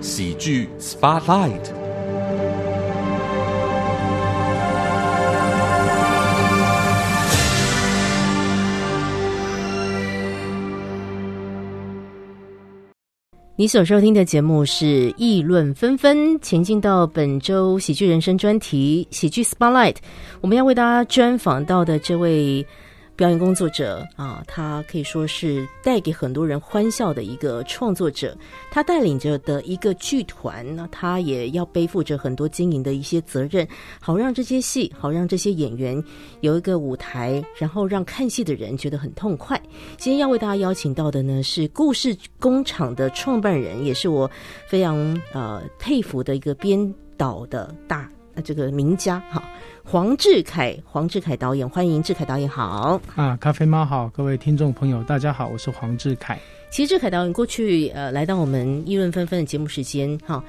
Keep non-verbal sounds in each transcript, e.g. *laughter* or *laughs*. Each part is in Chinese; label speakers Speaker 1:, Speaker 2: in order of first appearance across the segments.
Speaker 1: 喜剧 Spotlight。
Speaker 2: 你所收听的节目是《议论纷纷》，前进到本周喜剧人生专题《喜剧 Spotlight》，我们要为大家专访到的这位表演工作者啊，他可以说是带给很多人欢笑的一个创作者。他带领着的一个剧团，那他也要背负着很多经营的一些责任，好让这些戏，好让这些演员有一个舞台，然后让看戏的人觉得很痛快。今天要为大家邀请到的呢是故事工厂的创办人，也是我非常呃佩服的一个编导的大呃这个名家哈，黄志凯，黄志凯导演，欢迎志凯导演好。
Speaker 3: 啊，咖啡猫好，各位听众朋友，大家好，我是黄志凯。
Speaker 2: 其实志凯导演过去呃来到我们议论纷纷的节目时间哈，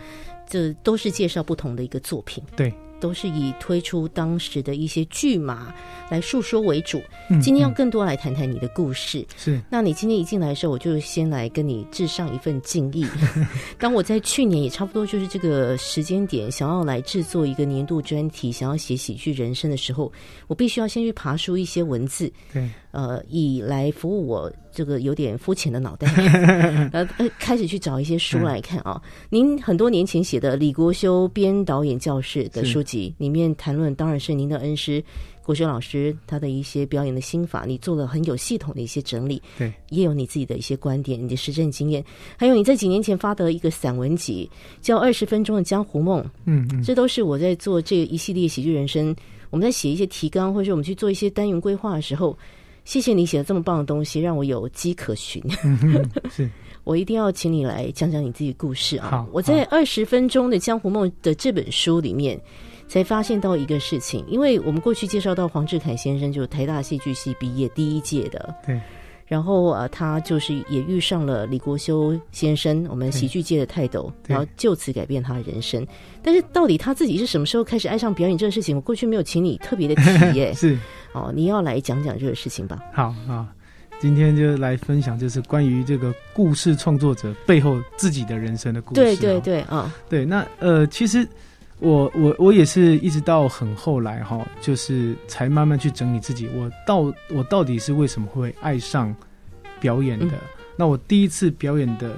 Speaker 2: 这都是介绍不同的一个作品，
Speaker 3: 对，
Speaker 2: 都是以推出当时的一些剧码来述说为主。
Speaker 3: 嗯
Speaker 2: 今天要
Speaker 3: 嗯
Speaker 2: 更多来谈谈你的故事。
Speaker 3: 是
Speaker 2: 那你今天一进来的时候，我就先来跟你致上一份敬意。当我在去年也差不多就是这个时间点，想要来制作一个年度专题，想要写喜剧人生的时候，我必须要先去爬书一些文字，
Speaker 3: 对，
Speaker 2: 呃，以来服务我这个有点肤浅的脑
Speaker 3: *laughs*
Speaker 2: 袋，呃，呃开始去找一些
Speaker 3: 嗯
Speaker 2: 书来看啊。您很多年前写的李国修编导演教室的
Speaker 3: 是
Speaker 2: 书籍里面谈论，当然是您的恩师国修老师他的一些表演的心法，你做了很有系统的一些整理，
Speaker 3: 对，
Speaker 2: 也有你自己的一些观点、你的实证经验，还有你在几年前发的一个散文集叫《二十分钟的江湖梦》，
Speaker 3: 嗯嗯，
Speaker 2: 这都是我在做这一系列喜剧人生，我们在写一些提纲，或者是我们去做一些单元规划的时候，谢谢你写了这么棒的东西，让我有迹可循。 *laughs*
Speaker 3: 是
Speaker 2: 我一定要请你来讲讲你自己故事啊
Speaker 3: 好！
Speaker 2: 我在《二十分钟的江湖梦》的这本书里面，才发现到一个事情，因为我们过去介绍到黄志凯先生，就是台大戏剧系毕业第一届的，
Speaker 3: 对。
Speaker 2: 然后啊，呃他就是也遇上了李国修先生，我们喜剧界的泰斗，
Speaker 3: 对
Speaker 2: 然后就此改变他的人生。但是到底他自己是什么时候开始爱上表演这个事情，我过去没有请你特别的提
Speaker 3: *laughs*
Speaker 2: 耶、
Speaker 3: 是
Speaker 2: 哦，你要来讲讲这个事情吧？
Speaker 3: 好啊，今天就来分享就是关于这个故事创作者背后自己的人生的故事哦、
Speaker 2: 对对对啊、
Speaker 3: 对，那呃，其实我我我也是一直到很后来哈，就是才慢慢去整理自己，我到我到底是为什么会爱上表演的？
Speaker 2: 嗯
Speaker 3: 那我第一次表演的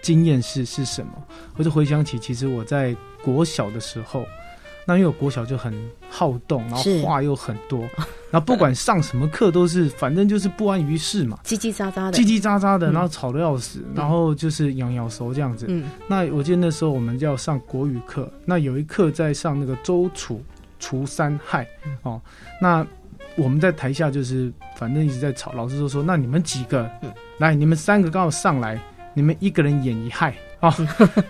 Speaker 3: 经验是是什么？我就回想起，其实我在国小的时候。那因为我国小就很好动，然后
Speaker 2: 是
Speaker 3: 话又很多，然后不管上什么课都是，反正就是不安于
Speaker 2: *laughs*
Speaker 3: 世嘛，
Speaker 2: 叽叽喳喳的
Speaker 3: 叽，叽喳喳的，
Speaker 2: 嗯
Speaker 3: 然后吵得要死，然后就是咬咬手这样子。
Speaker 2: 嗯，
Speaker 3: 那我记得那时候我们要上国语课，那有一课在上那个周楚除三害
Speaker 2: 嗯
Speaker 3: 哦，那我们在台下就是反正一直在吵，老师就说那你们几个、
Speaker 2: 嗯
Speaker 3: 来，你们三个刚好上来，你们一个人演一害
Speaker 2: *laughs*
Speaker 3: 哦，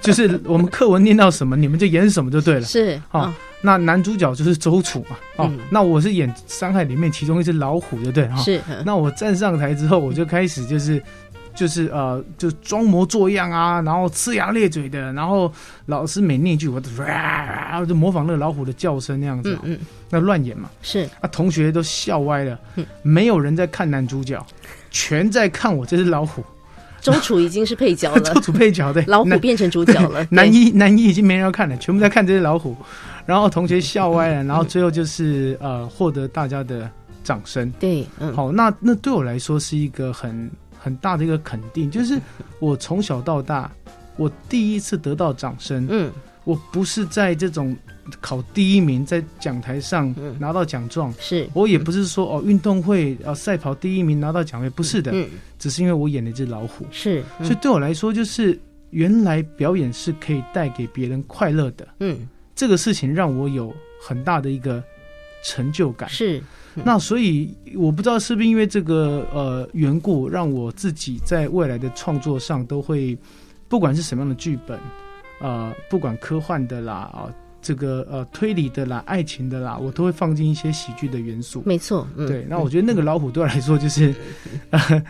Speaker 3: 就是我们课文念到什么，你们就演什么就对了。
Speaker 2: 是
Speaker 3: 好
Speaker 2: 啊，
Speaker 3: 那男主角就是周楚嘛，哦，
Speaker 2: 嗯
Speaker 3: 那我是演三害里面其中一只老虎，就对了哈。哦
Speaker 2: 是 *laughs* 嗯
Speaker 3: 那我站上台之后，我就开始就是。就是呃，就装模作样啊，然后呲牙咧嘴的，然后老师每念一句，我就我就模仿那个老虎的叫声那样子
Speaker 2: 嗯
Speaker 3: 哦，
Speaker 2: 嗯，
Speaker 3: 那乱演嘛。
Speaker 2: 是
Speaker 3: 啊，同学都笑歪了
Speaker 2: 嗯，
Speaker 3: 没有人在看男主角，全在看我这只老虎，
Speaker 2: 周楚已经是配角
Speaker 3: 做 *laughs*
Speaker 2: 了，
Speaker 3: 主配角对，
Speaker 2: *laughs* 老虎
Speaker 3: 男
Speaker 2: 变成主角了，
Speaker 3: *laughs* 男
Speaker 2: 对
Speaker 3: 一男一已经没人要看了，全部在看这只老虎，然后同学笑歪
Speaker 2: *laughs*
Speaker 3: 了，然后最后就是呃获得大家的掌声。
Speaker 2: 对，嗯，
Speaker 3: *laughs* 好，那那对我来说是一个很很大的一个肯
Speaker 2: *laughs*
Speaker 3: 定，就是我从小到大，我第一次得到掌声，
Speaker 2: 嗯，
Speaker 3: 我不是在这种考第一名，在讲台上
Speaker 2: 嗯
Speaker 3: 拿到奖状。
Speaker 2: 是，
Speaker 3: 我也不是说哦，运动会啊赛跑第一名拿到奖杯，不是的，
Speaker 2: 嗯，
Speaker 3: 只是因为我演了一只老虎，
Speaker 2: 是，嗯
Speaker 3: 所以对我来说，就是原来表演是可以带给别人快乐的，
Speaker 2: 嗯，
Speaker 3: 这个事情让我有很大的一个成就感。
Speaker 2: 是，
Speaker 3: 那所以我不知道是不是因为这个呃缘故，让我自己在未来的创作上都会，不管是什么样的剧本，呃，不管科幻的啦啊、这个呃推理的啦，爱情的啦，我都会放进一些喜剧的元素。
Speaker 2: 没错，嗯，
Speaker 3: 对，那
Speaker 2: 嗯
Speaker 3: 我觉得那个老虎对我来说就是，呃、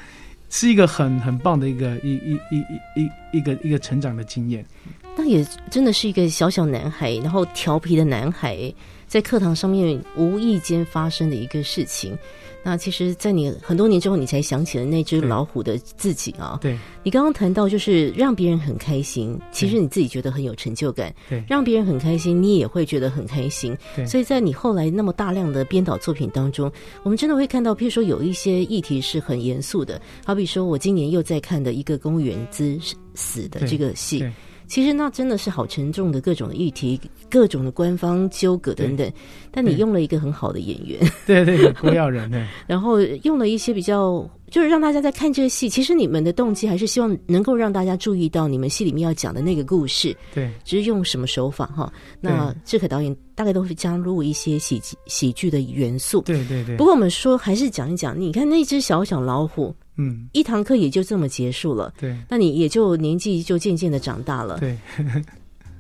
Speaker 3: 是一个很很棒的一个一一一一一一个一个成长的经验。
Speaker 2: 嗯那也真的是一个小小男孩，然后调皮的男孩，在课堂上面无意间发生的一个事情。那其实，在你很多年之后，你才想起了那只老虎的自己啊。
Speaker 3: 对，
Speaker 2: 你刚刚谈到就是让别人很开心，其实你自己觉得很有成就感，
Speaker 3: 对
Speaker 2: 让别人很开心，你也会觉得很开心。
Speaker 3: 对
Speaker 2: 所以在你后来那么大量的编导作品当中，我们真的会看到，譬如说有一些议题是很严肃的，好比说我今年又在看的一个公务员之死的
Speaker 3: 对
Speaker 2: 这个戏
Speaker 3: 对，
Speaker 2: 其实那真的是好沉重的各种的议题，各种的官方纠葛等等，但你
Speaker 3: 对
Speaker 2: 用了一个很好的演员。 *laughs*
Speaker 3: 对对对，郭耀仁对。
Speaker 2: 然后用了一些比较，就是让大家在看这个戏。其实你们的动机还是希望能够让大家注意到你们戏里面要讲的那个故事，
Speaker 3: 对
Speaker 2: 只是用什么手法哈。那志可导演大概都会加入一些喜剧喜剧的元素。
Speaker 3: 对对对，
Speaker 2: 不过我们说还是讲一讲，你看那只小小老虎，
Speaker 3: 嗯，
Speaker 2: 一堂课也就这么结束了。
Speaker 3: 对
Speaker 2: 那你也就年纪就渐渐的长大了，
Speaker 3: 对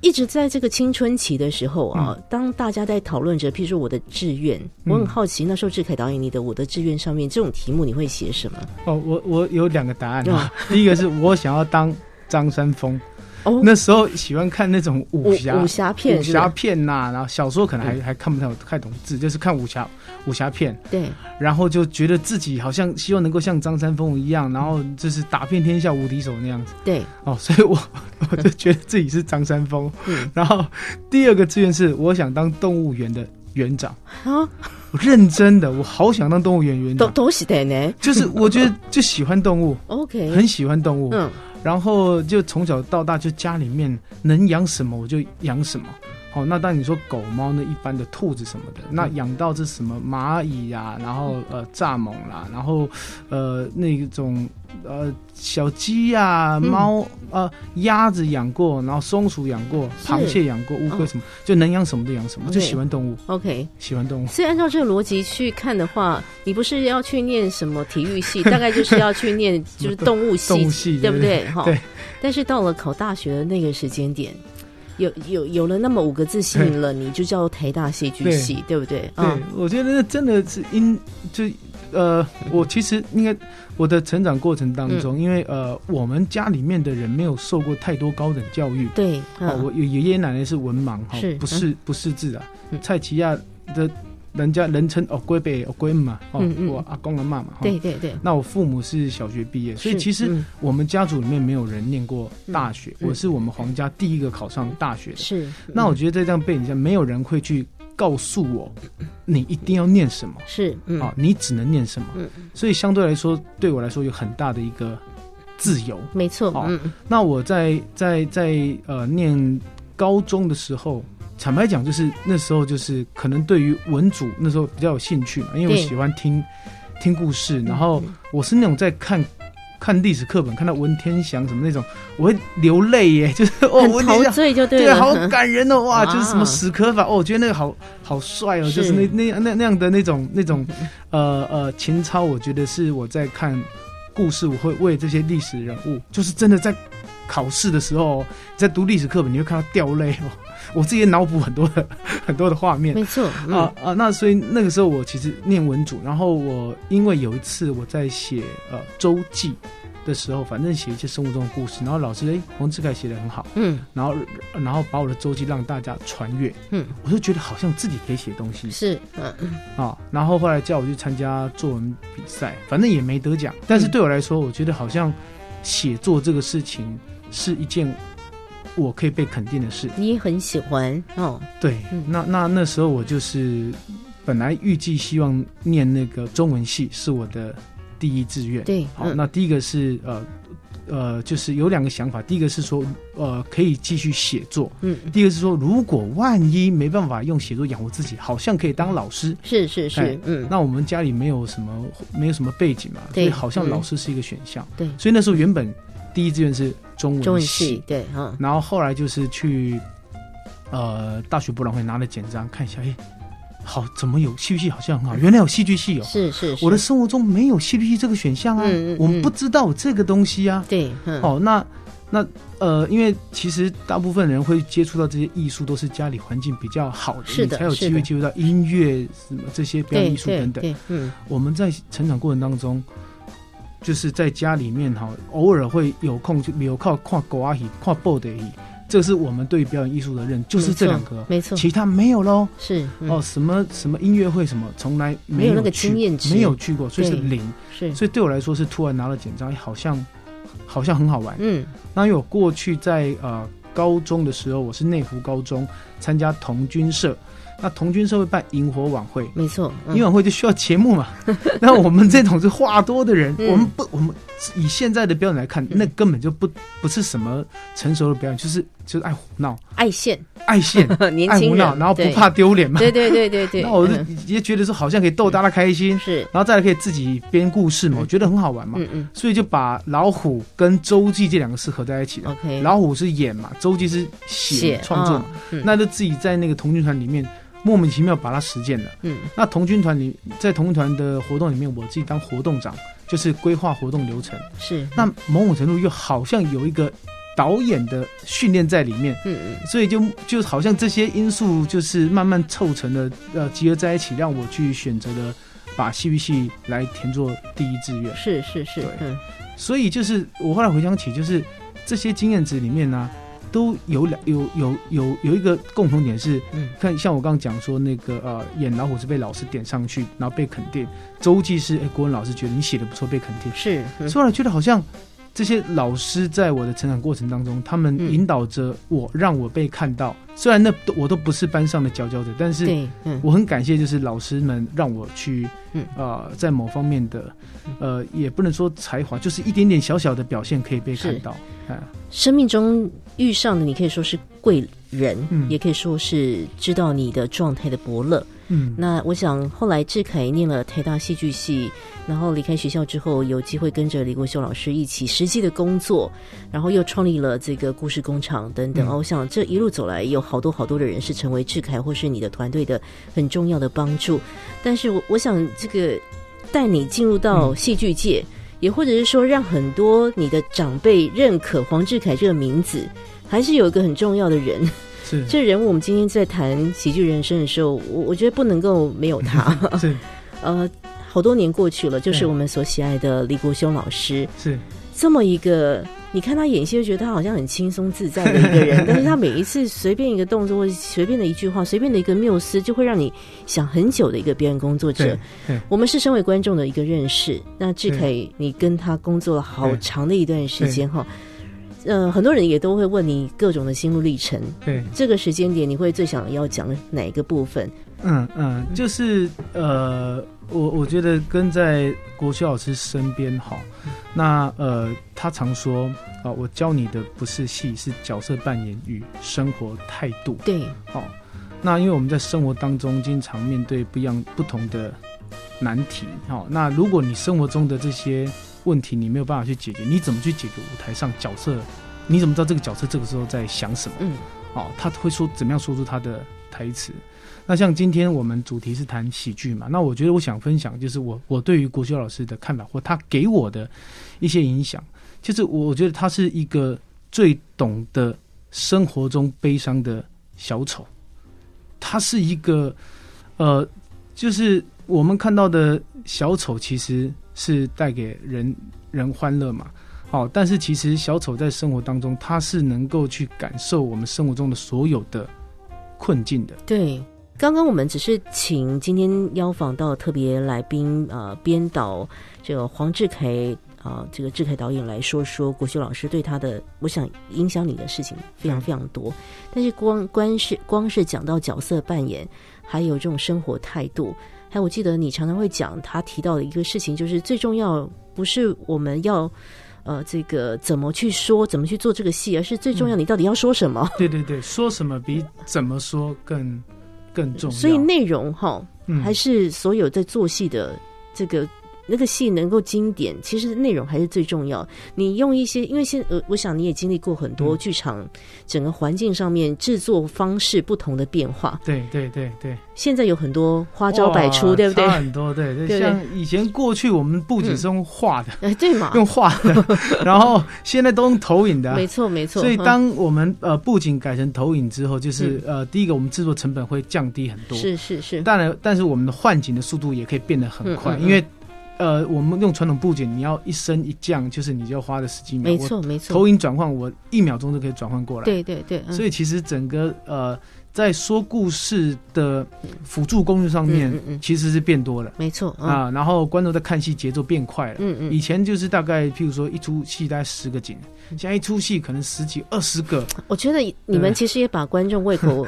Speaker 2: 一直在这个青春期的时候啊，当大家在讨论着，譬如说我的志愿，我很
Speaker 3: 嗯
Speaker 2: 好奇那时候志凯导演你的我的志愿上面这种题目你会写什么？
Speaker 3: 哦，我我有两个答案啊， *laughs* 第一个是我想要当张三丰，
Speaker 2: 哦
Speaker 3: 那时候喜欢看那种武侠
Speaker 2: 武侠片，
Speaker 3: 武
Speaker 2: 是吧
Speaker 3: 侠片呐、然后小时候可能还、还看不太太懂字，就是看武侠武侠片，
Speaker 2: 对，
Speaker 3: 然后就觉得自己好像希望能够像张三丰一样，然后就是打遍天下无敌手那样子
Speaker 2: 对，
Speaker 3: 哦，所以我 *laughs* 我就觉得自己是张三丰。
Speaker 2: 嗯，
Speaker 3: 然后第二个志愿是我想当动物园的园长，
Speaker 2: 啊，
Speaker 3: 我认真的，我好想当动物园园
Speaker 2: 都
Speaker 3: 长，
Speaker 2: 都是的呢。
Speaker 3: 就是我觉得就喜欢动物，
Speaker 2: OK，
Speaker 3: 很喜欢动物，
Speaker 2: 嗯，
Speaker 3: 然后就从小到大就家里面能养什么我就养什么。好，那当然你说狗猫呢，一般的兔子什么的，
Speaker 2: 嗯
Speaker 3: 那养到这什么蚂蚁呀、然后呃蚱蜢啦，然后呃那种呃小鸡呀、
Speaker 2: 嗯
Speaker 3: 猫呃鸭子养过，然后松鼠养过，
Speaker 2: 是
Speaker 3: 螃蟹养过，乌龟
Speaker 2: 哦
Speaker 3: 什么，就能养什么就养什么，
Speaker 2: OK
Speaker 3: 就喜欢动物，
Speaker 2: OK，
Speaker 3: 喜欢动物。
Speaker 2: 所以按照这个逻辑去看的话，你不是要去念什么体育
Speaker 3: *laughs*
Speaker 2: 系，大概就是要去念就是动物系
Speaker 3: 动物，系
Speaker 2: 对不
Speaker 3: 对？
Speaker 2: 对？哈
Speaker 3: 对。
Speaker 2: 但是到了考大学的那个时间点，有有有了那么五个字吸引了你，就叫台大戏剧系，对不对？
Speaker 3: 对
Speaker 2: 啊，，
Speaker 3: 我觉得那真的是因就呃，我其实应该我的成长过程当
Speaker 2: 嗯
Speaker 3: 中，因为呃，我们家里面的人没有受过太多高等教育。
Speaker 2: 对，
Speaker 3: 哦，
Speaker 2: 嗯
Speaker 3: 我爷爷奶奶是文盲哈、
Speaker 2: 是
Speaker 3: 不是不识字啊。
Speaker 2: 嗯
Speaker 3: 蔡奇亚的人家人称哦龟贝哦龟姆嘛，哦、
Speaker 2: 嗯嗯
Speaker 3: 我阿公阿妈嘛。哈哦
Speaker 2: 对。对对。
Speaker 3: 那我父母是小学毕业，所以
Speaker 2: 是
Speaker 3: 其实
Speaker 2: 嗯
Speaker 3: 我们家族里面没有人念过大学，
Speaker 2: 嗯嗯
Speaker 3: 我是我们黄家第一个考上大学的。
Speaker 2: 是，
Speaker 3: 那我
Speaker 2: 嗯
Speaker 3: 觉得在这样背景下，没有人会去告诉我，你一定要念什么
Speaker 2: 是嗯
Speaker 3: 啊，你只能念什么
Speaker 2: 嗯。
Speaker 3: 所以相对来说，对我来说有很大的一个自由。
Speaker 2: 没错，
Speaker 3: 哦
Speaker 2: 嗯，
Speaker 3: 那我在在在呃念高中的时候，坦白讲，就是那时候就是可能对于文组那时候比较有兴趣嘛，因为我
Speaker 2: 对嗯
Speaker 3: 喜欢听听故事，然后我是那种在看。看历史课本，看到文天祥什么那种，我会流泪耶， *laughs* 就是哦，
Speaker 2: 很
Speaker 3: 文天
Speaker 2: 陶
Speaker 3: 祥
Speaker 2: 醉就
Speaker 3: 对，
Speaker 2: 了， *laughs*
Speaker 3: 好感人哦，哇，
Speaker 2: 啊
Speaker 3: 就是什么史可法，哦，我觉得那个好好帅哦，
Speaker 2: 是
Speaker 3: 就是那那那那样的那种那种，呃呃情操，我觉得是我在看故事，我会为这些历史人物，就是真的在考试的时候，哦在读历史课本，你会看到掉泪哦， *laughs* 我自己也脑补很多的 *laughs* 很多的画面。
Speaker 2: 没错，
Speaker 3: 啊
Speaker 2: 嗯，
Speaker 3: 啊！那所以那个时候我其实念文组，然后我因为有一次我在写呃周记的时候，反正写一些生活中的故事，然后老师哎黄志凯写的很好，
Speaker 2: 嗯
Speaker 3: 然后然后把我的周记让大家传阅，
Speaker 2: 嗯，
Speaker 3: 我就觉得好像自己可以写东西
Speaker 2: 是，嗯
Speaker 3: 啊。然后后来叫我去参加作文比赛，反正也没得奖，但是对我来说，我觉得好像写作这个事情是一件我可以被肯定的事。
Speaker 2: 你也很喜欢哦，
Speaker 3: 对，
Speaker 2: 嗯
Speaker 3: 那那那时候我就是本来预计希望念那个中文系是我的第一志愿，
Speaker 2: 对，
Speaker 3: 好，
Speaker 2: 嗯
Speaker 3: 那第一个是呃呃，就是有两个想法，第一个是说呃可以继续写作。
Speaker 2: 嗯，
Speaker 3: 第一个是说，如果万一没办法用写作养活自己，好像可以当老师。
Speaker 2: 是是是
Speaker 3: 哎，
Speaker 2: 嗯，
Speaker 3: 那我们家里没有什么没有什么背景嘛，所
Speaker 2: 对
Speaker 3: 以好像
Speaker 2: 嗯
Speaker 3: 老师是一个选项。
Speaker 2: 对
Speaker 3: 所以那时候原本第一志愿是中
Speaker 2: 中文
Speaker 3: 文系，
Speaker 2: 系，对哈，
Speaker 3: 然后后来就是去呃大学博览会拿了简章看一下，哎，好，怎么有戏剧系好像
Speaker 2: *laughs*
Speaker 3: 很好，原来有戏剧系哦。
Speaker 2: 是是是，
Speaker 3: 我的生活中没有戏剧系这个选项啊，
Speaker 2: 嗯嗯
Speaker 3: 我们
Speaker 2: 嗯
Speaker 3: 不知道这个东西啊。
Speaker 2: 对，嗯，
Speaker 3: 哦，那那呃，因为其实大部分人会接触到这些艺术，都是家里环境比较好的，
Speaker 2: 是的
Speaker 3: 你才有
Speaker 2: 是
Speaker 3: 机
Speaker 2: 的
Speaker 3: 会接触到音乐什么这些表演
Speaker 2: 对
Speaker 3: 艺术
Speaker 2: 对
Speaker 3: 等等。
Speaker 2: 对，嗯，
Speaker 3: 我们在成长过程当中，啊就是在家里面哈，偶尔会有空就有靠看狗阿戏、看布袋戏，这个是我们对表演艺术的认，就是这两个，
Speaker 2: 没错，
Speaker 3: 其他没有喽。
Speaker 2: 是嗯
Speaker 3: 哦，什么什么音乐会什么，从来
Speaker 2: 没有
Speaker 3: 有
Speaker 2: 那个
Speaker 3: 去
Speaker 2: 经验值
Speaker 3: 没有去过，所以是
Speaker 2: 对
Speaker 3: 零。
Speaker 2: 是，
Speaker 3: 所以对我来说是突然拿了简章，哎好像好像很好玩。
Speaker 2: 嗯
Speaker 3: 那因为我过去在呃高中的时候，我是内湖高中参加童军社，那童军社会办萤火晚会，
Speaker 2: 没错，嗯
Speaker 3: 因为晚会就需要节目嘛。 *laughs* 那我们这种是话多的人，
Speaker 2: 嗯
Speaker 3: 我们不，我们以现在的标准来看，
Speaker 2: 嗯
Speaker 3: 那根本就不不是什么成熟的表演，就是就是爱胡闹、
Speaker 2: 爱
Speaker 3: *laughs*
Speaker 2: 现
Speaker 3: 爱现、
Speaker 2: *laughs* 年
Speaker 3: 爱
Speaker 2: 轻
Speaker 3: 胡
Speaker 2: 人
Speaker 3: 闹，，然后不
Speaker 2: 对
Speaker 3: 怕丢脸嘛。
Speaker 2: 对对对对对，
Speaker 3: *laughs* 那我就
Speaker 2: 嗯
Speaker 3: 也觉得说，好像可以逗大家开心，
Speaker 2: 是，
Speaker 3: 然后再来可以自己编故事嘛，
Speaker 2: 嗯
Speaker 3: 我觉得很好玩嘛。
Speaker 2: 嗯嗯
Speaker 3: 所以就把老虎跟周记这两个是合在一起的。
Speaker 2: ，OK，
Speaker 3: 老虎是演嘛，周记是写创作嘛，，
Speaker 2: 嗯
Speaker 3: 那就自己在那个童军团里面莫名其妙把它实践了。
Speaker 2: 嗯
Speaker 3: 那童军团里，在童军团的活动里面，我自己当活动长，就是规划活动流程。
Speaker 2: 是，
Speaker 3: 那某种程度又好像有一个导演的训练在里面，
Speaker 2: 嗯嗯
Speaker 3: 所以就就好像这些因素就是慢慢凑成了，呃，集合在一起，让我去选择了把戏剧系来填作第一志愿。
Speaker 2: 是是是
Speaker 3: 对，
Speaker 2: 嗯
Speaker 3: 所以就是我后来回想起，就是这些经验值里面呢、都有两有有有有一个共同点是，
Speaker 2: 嗯
Speaker 3: 看像我刚刚讲说那个呃，演老虎是被老师点上去，然后被肯定；周记是哎，国文老师觉得你写的不错，被肯定。
Speaker 2: 是，嗯
Speaker 3: 所以我觉得好像这些老师在我的成长过程当中，他们
Speaker 2: 嗯
Speaker 3: 引导着我，让我被看到。虽然那都我都不是班上的佼佼者，但是
Speaker 2: 对，嗯
Speaker 3: 我很感谢，就是老师们让我去，
Speaker 2: 嗯
Speaker 3: 呃，在某方面的，呃，也不能说才华，就是一点点小小的表现可以被看到。啊，
Speaker 2: 生命中遇上的你可以说是贵人，
Speaker 3: 嗯
Speaker 2: 也可以说是知道你的状态的伯乐。
Speaker 3: 嗯，
Speaker 2: 那我想后来志凯念了台大戏剧系，然后离开学校之后，有机会跟着李国修老师一起实际的工作，然后又创立了这个故事工厂等等。
Speaker 3: 嗯
Speaker 2: 哦，我想这一路走来，有好多好多的人是成为志凯或是你的团队的很重要的帮助。但是我我想这个带你进入到戏剧界。也或者是说，让很多你的长辈认可黄志凯这个名字，还是有一个很重要的人，
Speaker 3: 是
Speaker 2: 这人物，我们今天在谈喜剧人生的时候，我我觉得不能够没有他。
Speaker 3: *laughs* 是
Speaker 2: 呃，好多年过去了，就是
Speaker 3: 对
Speaker 2: 我们所喜爱的李国修老师，
Speaker 3: 是，
Speaker 2: 这么一个，你看他演戏就觉得他好像很轻松自在的一个
Speaker 3: *laughs*
Speaker 2: 人，但是他每一次随便一个动作，或者随便的一句话，随便的一个缪斯，就会让你想很久的一个表演工作者
Speaker 3: 对。对
Speaker 2: 我们是身为观众的一个认识。那志
Speaker 3: 对
Speaker 2: 凯，你跟他工作了好长的一段时间哈，呃，很多人也都会问你各种的心路历程。
Speaker 3: 对，
Speaker 2: 这个时间点，你会最想要讲哪一个部分？
Speaker 3: 嗯嗯，就是呃，我我觉得跟在国学老师身边好，那呃，他常说啊、我教你的不是戏，是角色扮演与生活态度。
Speaker 2: 对，
Speaker 3: 哦，那因为我们在生活当中经常面对不一样不同的难题，哦，那如果你生活中的这些问题你没有办法去解决，你怎么去解决舞台上角色？你怎么知道这个角色这个时候在想什么？
Speaker 2: 嗯，
Speaker 3: 哦，他会说怎么样说出他的台词？那像今天我们主题是谈喜剧嘛，那我觉得我想分享就是我我对于国修老师的看法或他给我的一些影响，就是我我觉得他是一个最懂得生活中悲伤的小丑，他是一个呃，就是我们看到的小丑其实是带给人人欢乐嘛，好，但是其实小丑在生活当中，他是能够去感受我们生活中的所有的困境的。
Speaker 2: 对。刚刚我们只是请今天邀访到特别来宾，呃，编导这个黄志凯，啊、这个志凯导演来说说国修老师对他的，我想影响你的事情非常非常多。但是光光是光是讲到角色扮演，还有这种生活态度，还有我记得你常常会讲他提到的一个事情，就是最重要不是我们要。呃，这个怎么去说，怎么去做这个戏，而是最重要，你到底要说什么？
Speaker 3: 对对对，说什么比怎么说更更重要。
Speaker 2: 所以内容哈，
Speaker 3: 嗯
Speaker 2: 还是所有在做戏的这个那个戏能够经典，其实内容还是最重要。你用一些，因为现呃，我想你也经历过很多
Speaker 3: 嗯
Speaker 2: 剧场整个环境上面制作方式不同的变化，
Speaker 3: 对对对对，
Speaker 2: 现在有很多花招百出，
Speaker 3: 哇
Speaker 2: 对不对
Speaker 3: 差？很多，对
Speaker 2: 对
Speaker 3: 对。
Speaker 2: 不对
Speaker 3: 像以前过去我们布景是用画的，
Speaker 2: 哎， *laughs* 对嘛？
Speaker 3: 用画的， *laughs* 然后现在都用投影的啊、
Speaker 2: 没错，没
Speaker 3: *laughs*
Speaker 2: 错。
Speaker 3: 所以
Speaker 2: 嗯
Speaker 3: 当我们呃布景改成投影之后，就是、呃第一个我们制作成本会降低很多，
Speaker 2: 是是是，
Speaker 3: 当然，但是我们的换景的速度也可以变得很
Speaker 2: 嗯
Speaker 3: 快，
Speaker 2: 嗯嗯
Speaker 3: 因为呃，我们用传统布景，你要一升一降，就是你就要花了十几秒。
Speaker 2: 没错没
Speaker 3: 我，
Speaker 2: 错
Speaker 3: 投，影转换我一秒钟就可以转换过来。，
Speaker 2: 对对对，嗯
Speaker 3: 所以其实整个呃，在说故事的辅助工具上面
Speaker 2: 嗯嗯，嗯
Speaker 3: 其实是变多了
Speaker 2: 没错，嗯
Speaker 3: 啊。然后观众在看戏节奏变快了。
Speaker 2: 嗯嗯
Speaker 3: 以前就是大概，譬如说一出戏大概十个景，
Speaker 2: 嗯
Speaker 3: 现在一出戏可能十几、二十
Speaker 2: *laughs*
Speaker 3: 个，
Speaker 2: 我觉得你们其实也把观众胃
Speaker 3: *laughs*
Speaker 2: 口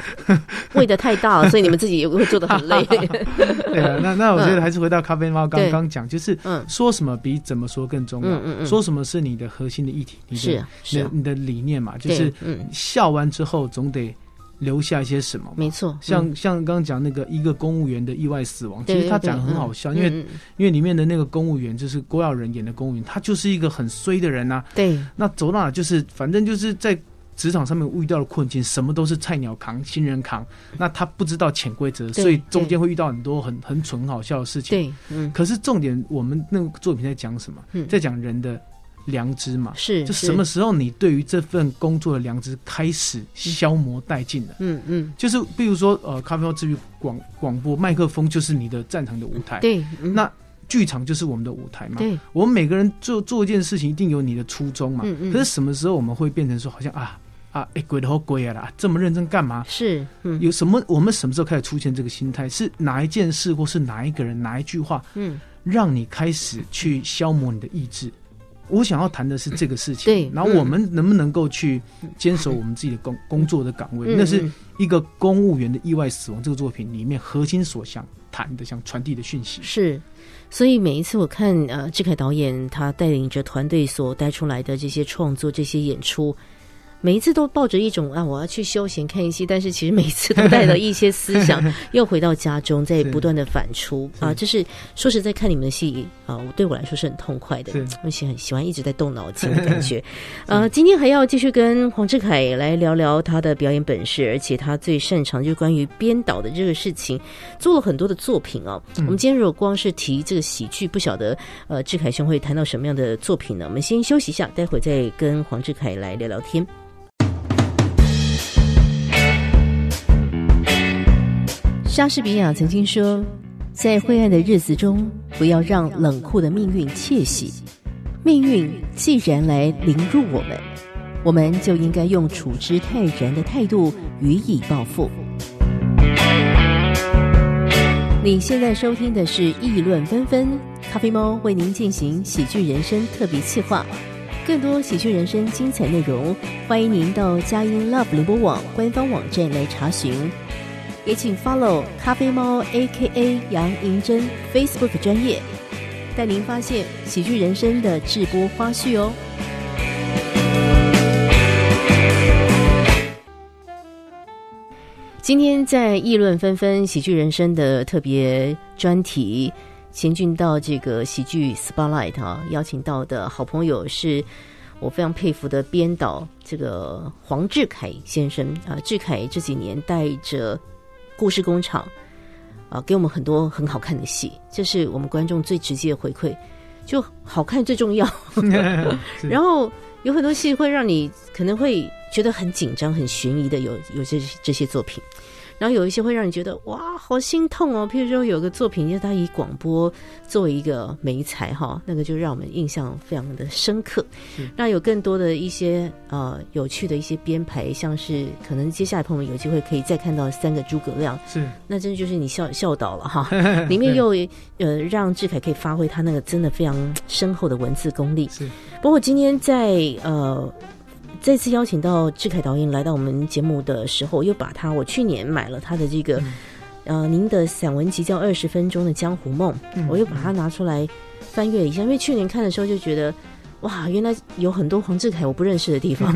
Speaker 2: 喂得太大了，所以你们自己也会做得很累。
Speaker 3: 对啊，那那我觉得还是回到咖啡猫刚
Speaker 2: 嗯对
Speaker 3: 刚讲，就是
Speaker 2: 嗯
Speaker 3: 说什么比怎么说更重要。
Speaker 2: 嗯嗯嗯
Speaker 3: 说什么是你的核心的议题，你的
Speaker 2: 是啊
Speaker 3: 你
Speaker 2: 是
Speaker 3: 的
Speaker 2: 啊，
Speaker 3: 你的理念嘛，就
Speaker 2: 对，
Speaker 3: 是
Speaker 2: 嗯，
Speaker 3: 笑完之后总得留下一些什么嘛。
Speaker 2: 没错，
Speaker 3: 像、
Speaker 2: 嗯
Speaker 3: 像刚刚讲那个一个公务员的意外死亡，其
Speaker 2: 对
Speaker 3: 实他
Speaker 2: 对对
Speaker 3: 讲得
Speaker 2: 嗯
Speaker 3: 很好笑，
Speaker 2: 嗯
Speaker 3: 因为
Speaker 2: 嗯
Speaker 3: 因为里面的那个公务员就是郭耀仁演的公务员，他就是一个很衰的人呐、啊
Speaker 2: 对
Speaker 3: 那走到哪就是反正就是在职场上面遇到的困境，什么都是菜鸟扛、新人扛，那他不知道潜规则，
Speaker 2: 嗯对
Speaker 3: 所以中间会遇到很多很很蠢、很好笑的事情。
Speaker 2: 对，嗯，
Speaker 3: 可是重点，我们那个作品在讲什么？
Speaker 2: 嗯
Speaker 3: 在讲人的良知嘛。
Speaker 2: 是
Speaker 3: 就是什么时候你对于这份工作的良知开始消磨殆尽了？
Speaker 2: 嗯嗯，
Speaker 3: 就是比如说，呃，咖啡猫治愈广广播麦克风就是你的战场的舞台，
Speaker 2: 对，嗯
Speaker 3: 哎那剧场就是我们的舞台嘛。
Speaker 2: 对，
Speaker 3: 我们每个人做做一件事情，一定有你的初衷嘛。
Speaker 2: 嗯嗯
Speaker 3: 可是什么时候我们会变成说，好像啊啊，哎、鬼头鬼啊啦，这么认真干嘛？
Speaker 2: 是嗯
Speaker 3: 有什么？我们什么时候开始出现这个心态？是哪一件事，或是哪一个人，哪一句话，
Speaker 2: 嗯
Speaker 3: 让你开始去消磨你的意志。我想要谈的是这个事情，
Speaker 2: 对
Speaker 3: 然后
Speaker 2: 嗯
Speaker 3: 我们能不能够去坚守我们自己的工工作的岗位？
Speaker 2: 嗯
Speaker 3: 那是
Speaker 2: 嗯
Speaker 3: 一个公务员的意外死亡这个作品里面核心所想谈的、想传递的讯息。
Speaker 2: 是。所以每一次我看呃志凯导演他带领着团队所带出来的这些创作、这些演出，每一次都抱着一种啊我要去休闲看戏，但是其实每一次都带了一些思想，
Speaker 3: *laughs*
Speaker 2: 又回到家中，在
Speaker 3: 是
Speaker 2: 不断的反刍啊。这是说实在看你们的戏啊，我对我来说是很痛快的
Speaker 3: 是，
Speaker 2: 而且很喜欢一直在动脑筋的感觉。呃，今天还要继续跟黄志凯来聊聊他的表演本事，而且他最擅长就是关于编导的这个事情，做了很多的作品哦。我们今天如果光是提这个喜剧，不晓得呃志凯兄会谈到什么样的作品呢？我们先休息一下，待会再跟黄志凯来聊聊天。莎士比亚曾经说：“在灰暗的日子中，不要让冷酷的命运窃喜。命运既然来凌辱我们，我们就应该用处之泰然的态度予以报复。”你现在收听的是《议论纷纷》，咖啡猫为您进行喜剧人生特别企划。更多喜剧人生精彩内容，欢迎您到佳音 Love 联播网官方网站来查询。也请 follow 咖啡猫 A.K.A 杨银珍 Facebook 专业，带您发现喜剧人生的直播花絮哦。今天在议论纷纷喜剧人生的特别专题，前进到这个喜剧 Spotlight 啊，邀请到的好朋友是我非常佩服的编导这个黄志凯先生啊。志凯这几年带着故事工厂啊，给我们很多很好看的戏，这是我们观众最直接的回馈，就好看最重要。 *laughs*
Speaker 3: 是
Speaker 2: 然后有很多戏会让你可能会觉得很紧张、很悬疑的有，有这这些作品。然后有一些会让你觉得哇，好心痛哦。譬如说有个作品，就是它以广播作为一个媒材哈，那个就让我们印象非常的深刻
Speaker 3: 是。
Speaker 2: 那有更多的一些呃有趣的一些编排，像是可能接下来朋友们有机会可以再看到三个诸葛亮，
Speaker 3: 是
Speaker 2: 那真的就是你笑笑倒了哈。里面又呃让志凯可以发挥他那个真的非常深厚的文字功力。
Speaker 3: 是
Speaker 2: 不过今天在呃这次邀请到志凯导演来到我们节目的时候，又把他我去年买了他的这个、
Speaker 3: 嗯
Speaker 2: 呃您的散文集叫《二十分钟的江湖梦》，
Speaker 3: 嗯
Speaker 2: 我又把它拿出来翻阅一下，因为去年看的时候就觉得哇，原来有很多黄志凯我不认识的地
Speaker 3: *laughs*
Speaker 2: 方。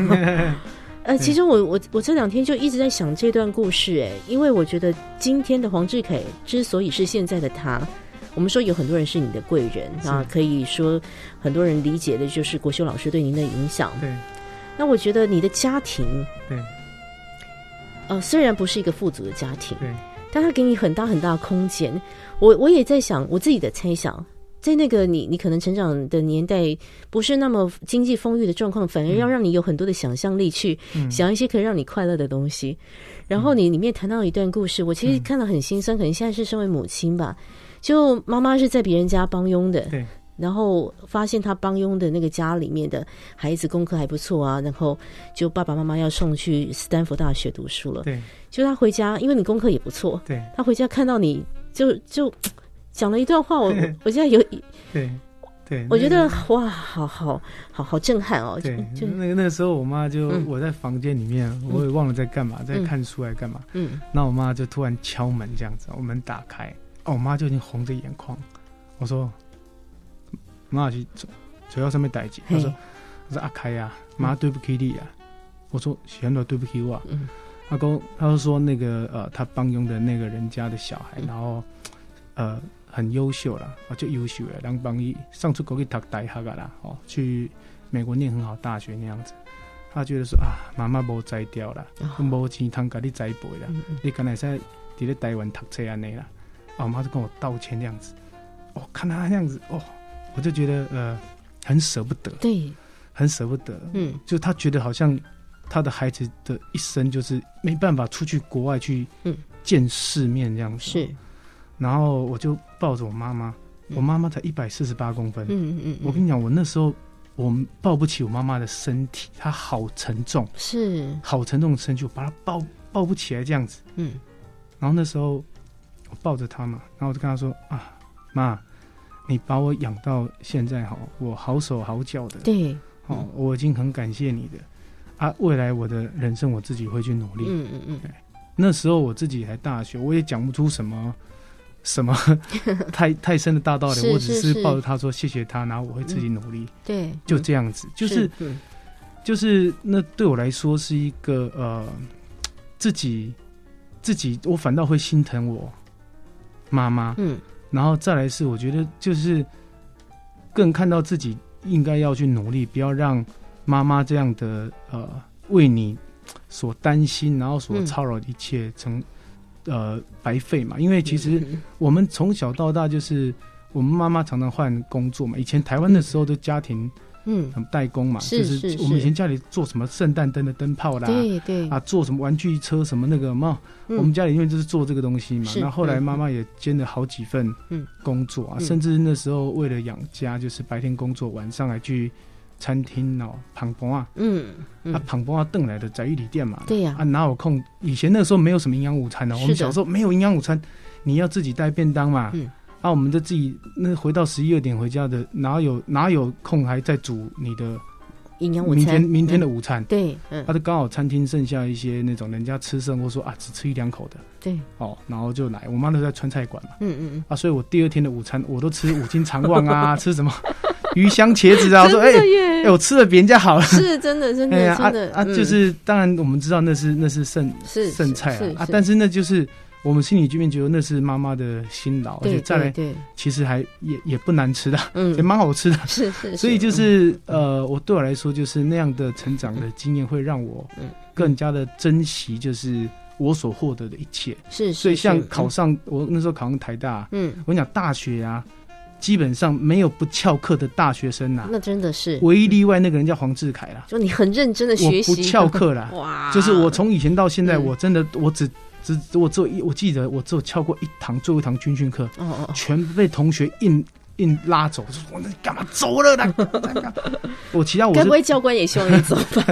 Speaker 2: 呃，其实我我我这两天就一直在想这段故事，哎，因为我觉得今天的黄志凯之所以是现在的他，我们说有很多人是你的贵人
Speaker 3: 是
Speaker 2: 啊，可以说很多人理解的就是国修老师对您的影响。
Speaker 3: 对
Speaker 2: 那我觉得你的家庭，
Speaker 3: 对
Speaker 2: 呃，虽然不是一个富足的家庭，
Speaker 3: 对，
Speaker 2: 但他给你很大很大的空间。我我也在想，我自己的猜想，在那个你你可能成长的年代不是那么经济丰裕的状况，反而要让你有很多的想象力去、
Speaker 3: 嗯
Speaker 2: 想一些可以让你快乐的东
Speaker 3: 嗯
Speaker 2: 西。然后你里面谈到一段故事，我其实看了很心酸，可能现在是身为母亲吧。就妈妈是在别人家帮佣的，
Speaker 3: 对，
Speaker 2: 然后发现他帮佣的那个家里面的孩子功课还不错啊，然后就爸爸妈妈要送去斯坦福大学读书了，
Speaker 3: 对
Speaker 2: 就他回家，因为你功课也不错，
Speaker 3: 对
Speaker 2: 他回家看到你就就讲了一段
Speaker 3: *laughs*
Speaker 2: 话，我我现在有
Speaker 3: 对对，
Speaker 2: 我觉
Speaker 3: 那
Speaker 2: 得
Speaker 3: 个
Speaker 2: 哇，好好好好震撼哦！就
Speaker 3: 嗯对，
Speaker 2: 就
Speaker 3: 那个那个时候我妈就
Speaker 2: 嗯
Speaker 3: 我在房间里面，我也忘了在干嘛，在看书还干嘛，
Speaker 2: 嗯，
Speaker 3: 那我妈就突然敲门这样子，我门打开，哦，我妈就已经红着眼眶。我说：“妈去主主要上面代志。”她
Speaker 2: 嘿
Speaker 3: 说：“她说阿开呀、妈对不起你啊。”我说：“显然对不起我啊。
Speaker 2: 嗯
Speaker 3: 阿公他就说那个呃，他帮佣的那个人家的小孩，
Speaker 2: 嗯
Speaker 3: 然后呃很优秀啦，啊就优秀了，然后帮伊上出国去读大学啊啦，哦去美国念很好大学那样子。他觉得说啊，妈妈无栽掉啦，
Speaker 2: 啊
Speaker 3: 无钱通给你栽培啦，
Speaker 2: 嗯嗯
Speaker 3: 你敢若会使伫咧台湾读册安尼啦？啊，我妈就跟我道歉这样子，哦，看她那样子，哦，我就觉得呃很舍不得，
Speaker 2: 对，
Speaker 3: 很舍不得，
Speaker 2: 嗯
Speaker 3: 就她觉得好像她的孩子的一生就是没办法出去国外去
Speaker 2: 嗯
Speaker 3: 见世面这样子。
Speaker 2: 是，
Speaker 3: 然后我就抱着我妈妈，
Speaker 2: 嗯
Speaker 3: 我妈妈才一百四十八公分，
Speaker 2: 嗯嗯嗯，
Speaker 3: 我跟你讲，我那时候我抱不起我妈妈的身体，她好沉重，
Speaker 2: 是
Speaker 3: 好沉重的身躯，我把她抱抱不起来这样子。
Speaker 2: 嗯
Speaker 3: 然后那时候我抱着她嘛，然后我就跟她说啊，妈，你把我养到现在哈，我好手好脚的，
Speaker 2: 对，
Speaker 3: 哦，我已经很感谢你的啊，未来我的人生我自己会去努力。
Speaker 2: 嗯嗯嗯
Speaker 3: 那时候我自己还大学，我也讲不出什么。
Speaker 2: *laughs*
Speaker 3: 什么太太深的大道理，
Speaker 2: 是
Speaker 3: 我只
Speaker 2: 是
Speaker 3: 是
Speaker 2: 是
Speaker 3: 抱着她说谢谢她，然后我会自己努力，
Speaker 2: 对，
Speaker 3: 就
Speaker 2: 嗯
Speaker 3: 这样子，就是
Speaker 2: 嗯
Speaker 3: 就是那对我来说是一个呃，自己自己，我反倒会心疼我妈妈，
Speaker 2: 嗯
Speaker 3: 然后再来是我觉得就是更看到自己应该要去努力，不要让妈妈这样的呃为你所担心，然后所
Speaker 2: 嗯
Speaker 3: 操劳的一切成、呃白费嘛，因为其实。
Speaker 2: 嗯
Speaker 3: 我们从小到大就是我们妈妈常常换工作嘛，以前台湾的时候的家庭
Speaker 2: 嗯，
Speaker 3: 很代工嘛，
Speaker 2: 是
Speaker 3: 就是我们以
Speaker 2: 是
Speaker 3: 前家里做什么圣诞灯的灯泡啦，
Speaker 2: 对对
Speaker 3: 啊，，做什么玩具车什么那个嘛，
Speaker 2: 嗯
Speaker 3: 我们家里因为就是做这个东西嘛，
Speaker 2: 是
Speaker 3: 然后后来妈妈也兼了好几份
Speaker 2: 嗯
Speaker 3: 工作啊，
Speaker 2: 嗯
Speaker 3: 甚至那时候为了养家，就是白天工作，晚上还去餐厅哦，旁边啊，
Speaker 2: 嗯嗯
Speaker 3: 啊，旁边啊，邓来的在玉里店嘛，
Speaker 2: 对呀
Speaker 3: 啊，哪有空？以前那个时候没有什么营养午餐呢、啊
Speaker 2: 是的
Speaker 3: 我们小时候没有营养午餐，你要自己带便当嘛。
Speaker 2: 嗯。
Speaker 3: 啊，我们就自己那回到十一二点回家的，哪有哪有空还在煮你的
Speaker 2: 营养午
Speaker 3: 明
Speaker 2: 餐，
Speaker 3: 天明天的啊
Speaker 2: 嗯
Speaker 3: 午餐？
Speaker 2: 对，嗯
Speaker 3: 他、就刚好餐厅剩下一些那种人家吃剩或说啊只吃一两口的
Speaker 2: 对，
Speaker 3: 哦，然后就来。我妈都在川菜馆嘛，
Speaker 2: 嗯嗯嗯，
Speaker 3: 啊，所以我第二天的午餐我都吃五斤肠旺
Speaker 2: *laughs*
Speaker 3: 啊，吃什么鱼香茄子啊，我说
Speaker 2: 真
Speaker 3: 哎
Speaker 2: 的
Speaker 3: 哎、
Speaker 2: 耶，
Speaker 3: 我吃的比人家好了。
Speaker 2: 是真的真
Speaker 3: 哎呀
Speaker 2: 的
Speaker 3: 啊
Speaker 2: 真的
Speaker 3: 啊，
Speaker 2: 嗯
Speaker 3: 就是当然我们知道那是那是剩
Speaker 2: 是
Speaker 3: 剩菜
Speaker 2: 是
Speaker 3: 啊啊，但
Speaker 2: 是
Speaker 3: 是那就是我们心里这边觉得那是妈妈的辛劳，而
Speaker 2: 对
Speaker 3: 且再
Speaker 2: 对
Speaker 3: 来
Speaker 2: 对，
Speaker 3: 其实还也也不难吃的，也
Speaker 2: 嗯，
Speaker 3: 蛮好吃的。
Speaker 2: 是是，嗯
Speaker 3: 所以就是是呃，我对我来说就是那样的成长的经验会让我
Speaker 2: 嗯
Speaker 3: 更加的珍惜，就是我所获得的一切。
Speaker 2: 嗯是，
Speaker 3: 所以
Speaker 2: 是
Speaker 3: 像
Speaker 2: 是
Speaker 3: 考上我那时候考上台大，
Speaker 2: 嗯，嗯
Speaker 3: 我跟你讲大学啊，基本上没有不翘课的大学生呐、啊，
Speaker 2: 那真的是
Speaker 3: 唯一例外那个人叫黄志凯啦，
Speaker 2: 就你很认真的
Speaker 3: 我
Speaker 2: 学 *laughs* 习，
Speaker 3: 不翘课啦。
Speaker 2: 哇，
Speaker 3: 就是我从以前到现在，
Speaker 2: 嗯
Speaker 3: 我真的我只只我只有一，我记得我只有翘过一堂最后一堂军训课，
Speaker 2: 哦哦，哦
Speaker 3: 全被同学硬硬拉走，说我那干嘛走了啦？ *laughs* 我其他我
Speaker 2: 该不
Speaker 3: 是
Speaker 2: 会教官也希望你
Speaker 3: *laughs*
Speaker 2: 走吧？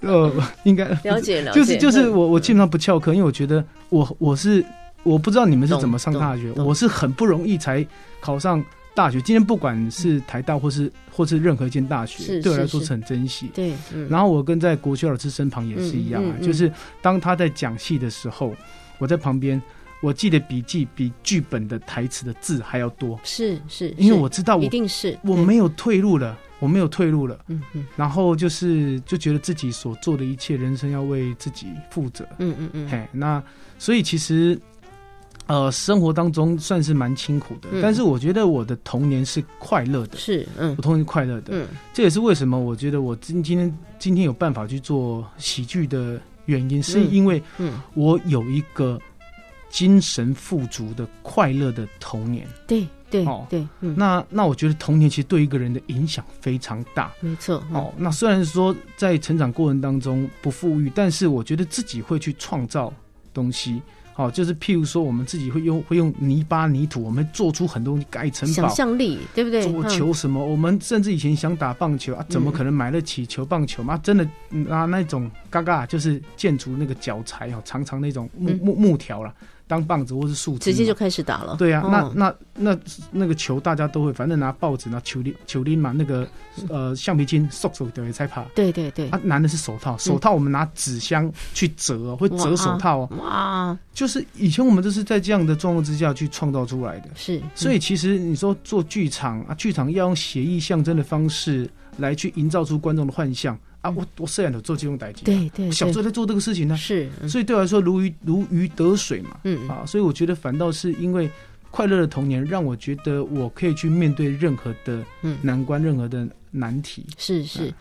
Speaker 3: 呃应该
Speaker 2: 了解了解，
Speaker 3: *laughs* 就是就是
Speaker 2: 嗯
Speaker 3: 我我基本上不翘课，因为我觉得我我是我不知道你们是怎么上大学
Speaker 2: 懂，懂
Speaker 3: 我是很不容易才考上大学。今天不管是台大或是或是任何一间大学，
Speaker 2: 是
Speaker 3: 对我来
Speaker 2: 是
Speaker 3: 说
Speaker 2: 是
Speaker 3: 是很珍惜。
Speaker 2: 对，嗯，
Speaker 3: 然后我跟在国学老师身旁也是一样啊，
Speaker 2: 嗯嗯嗯
Speaker 3: 就是当他在讲戏的时候，我在旁边，我记得笔记比剧本的台词的字还要多，
Speaker 2: 是是，
Speaker 3: 因为
Speaker 2: 是
Speaker 3: 我知道
Speaker 2: 一
Speaker 3: 我
Speaker 2: 定是
Speaker 3: 我，没有退路了，我没有退路了。
Speaker 2: 对嗯嗯
Speaker 3: 然后就是就觉得自己所做的一切，人生要为自己负责。
Speaker 2: 嗯嗯嗯，
Speaker 3: 嘿，那所以其实。呃，生活当中算是蛮清苦的，
Speaker 2: 嗯
Speaker 3: 但是我觉得我的童年是快乐的，
Speaker 2: 是嗯
Speaker 3: 我童年是快乐的。
Speaker 2: 嗯
Speaker 3: 这也是为什么我觉得我今今天今天有办法去做喜剧的原因，是因为
Speaker 2: 嗯，
Speaker 3: 我有一个精神富足的快乐的童年。
Speaker 2: 对对
Speaker 3: 哦
Speaker 2: 对，嗯，
Speaker 3: 那那我觉得童年其实对一个人的影响非常大。
Speaker 2: 没错，嗯
Speaker 3: 哦，那虽然说在成长过程当中不富裕，但是我觉得自己会去创造东西。好、就是譬如说我们自己会用会用泥巴泥土，我们做出很多东西盖城
Speaker 2: 嗯想
Speaker 3: 堡。
Speaker 2: 象力，对不对？
Speaker 3: 做
Speaker 2: 嗯
Speaker 3: 球什么？我们甚至以前想打棒球啊，怎么
Speaker 2: 嗯
Speaker 3: 可能买得起球棒球嘛？啊真的拿那种嘎嘎，就是建筑那个脚材哦，长长那种木
Speaker 2: 嗯
Speaker 3: 木木条啦，当棒子或是树枝嘛。
Speaker 2: 直接就开始打了。
Speaker 3: 对啊，
Speaker 2: 哦
Speaker 3: 那那那那个球大家都会，反正拿报纸拿球钉球钉嘛，那个
Speaker 2: 嗯
Speaker 3: 呃橡皮筋缩手的才怕。
Speaker 2: 对对对，
Speaker 3: 啊，男的是手套，
Speaker 2: 嗯
Speaker 3: 手套我们拿纸箱去折哦，会
Speaker 2: 啊
Speaker 3: 折手套哦。
Speaker 2: 哇，
Speaker 3: 就是以前我们都是在这样的状况之下去创造出来的。
Speaker 2: 是，嗯
Speaker 3: 所以其实你说做剧场啊，剧场要用写意象征的方式来去营造出观众的幻象啊。我我虽然有做这种代际，
Speaker 2: 嗯对对
Speaker 3: 我小时
Speaker 2: 对，
Speaker 3: 候在做这个事情呢，
Speaker 2: 是，嗯
Speaker 3: 所以对我来说如鱼如鱼得水嘛。
Speaker 2: 嗯，
Speaker 3: 啊，所以我觉得反倒是因为快乐的童年，让我觉得我可以去面对任何的
Speaker 2: 嗯
Speaker 3: 难关、任何的难题。
Speaker 2: 是是，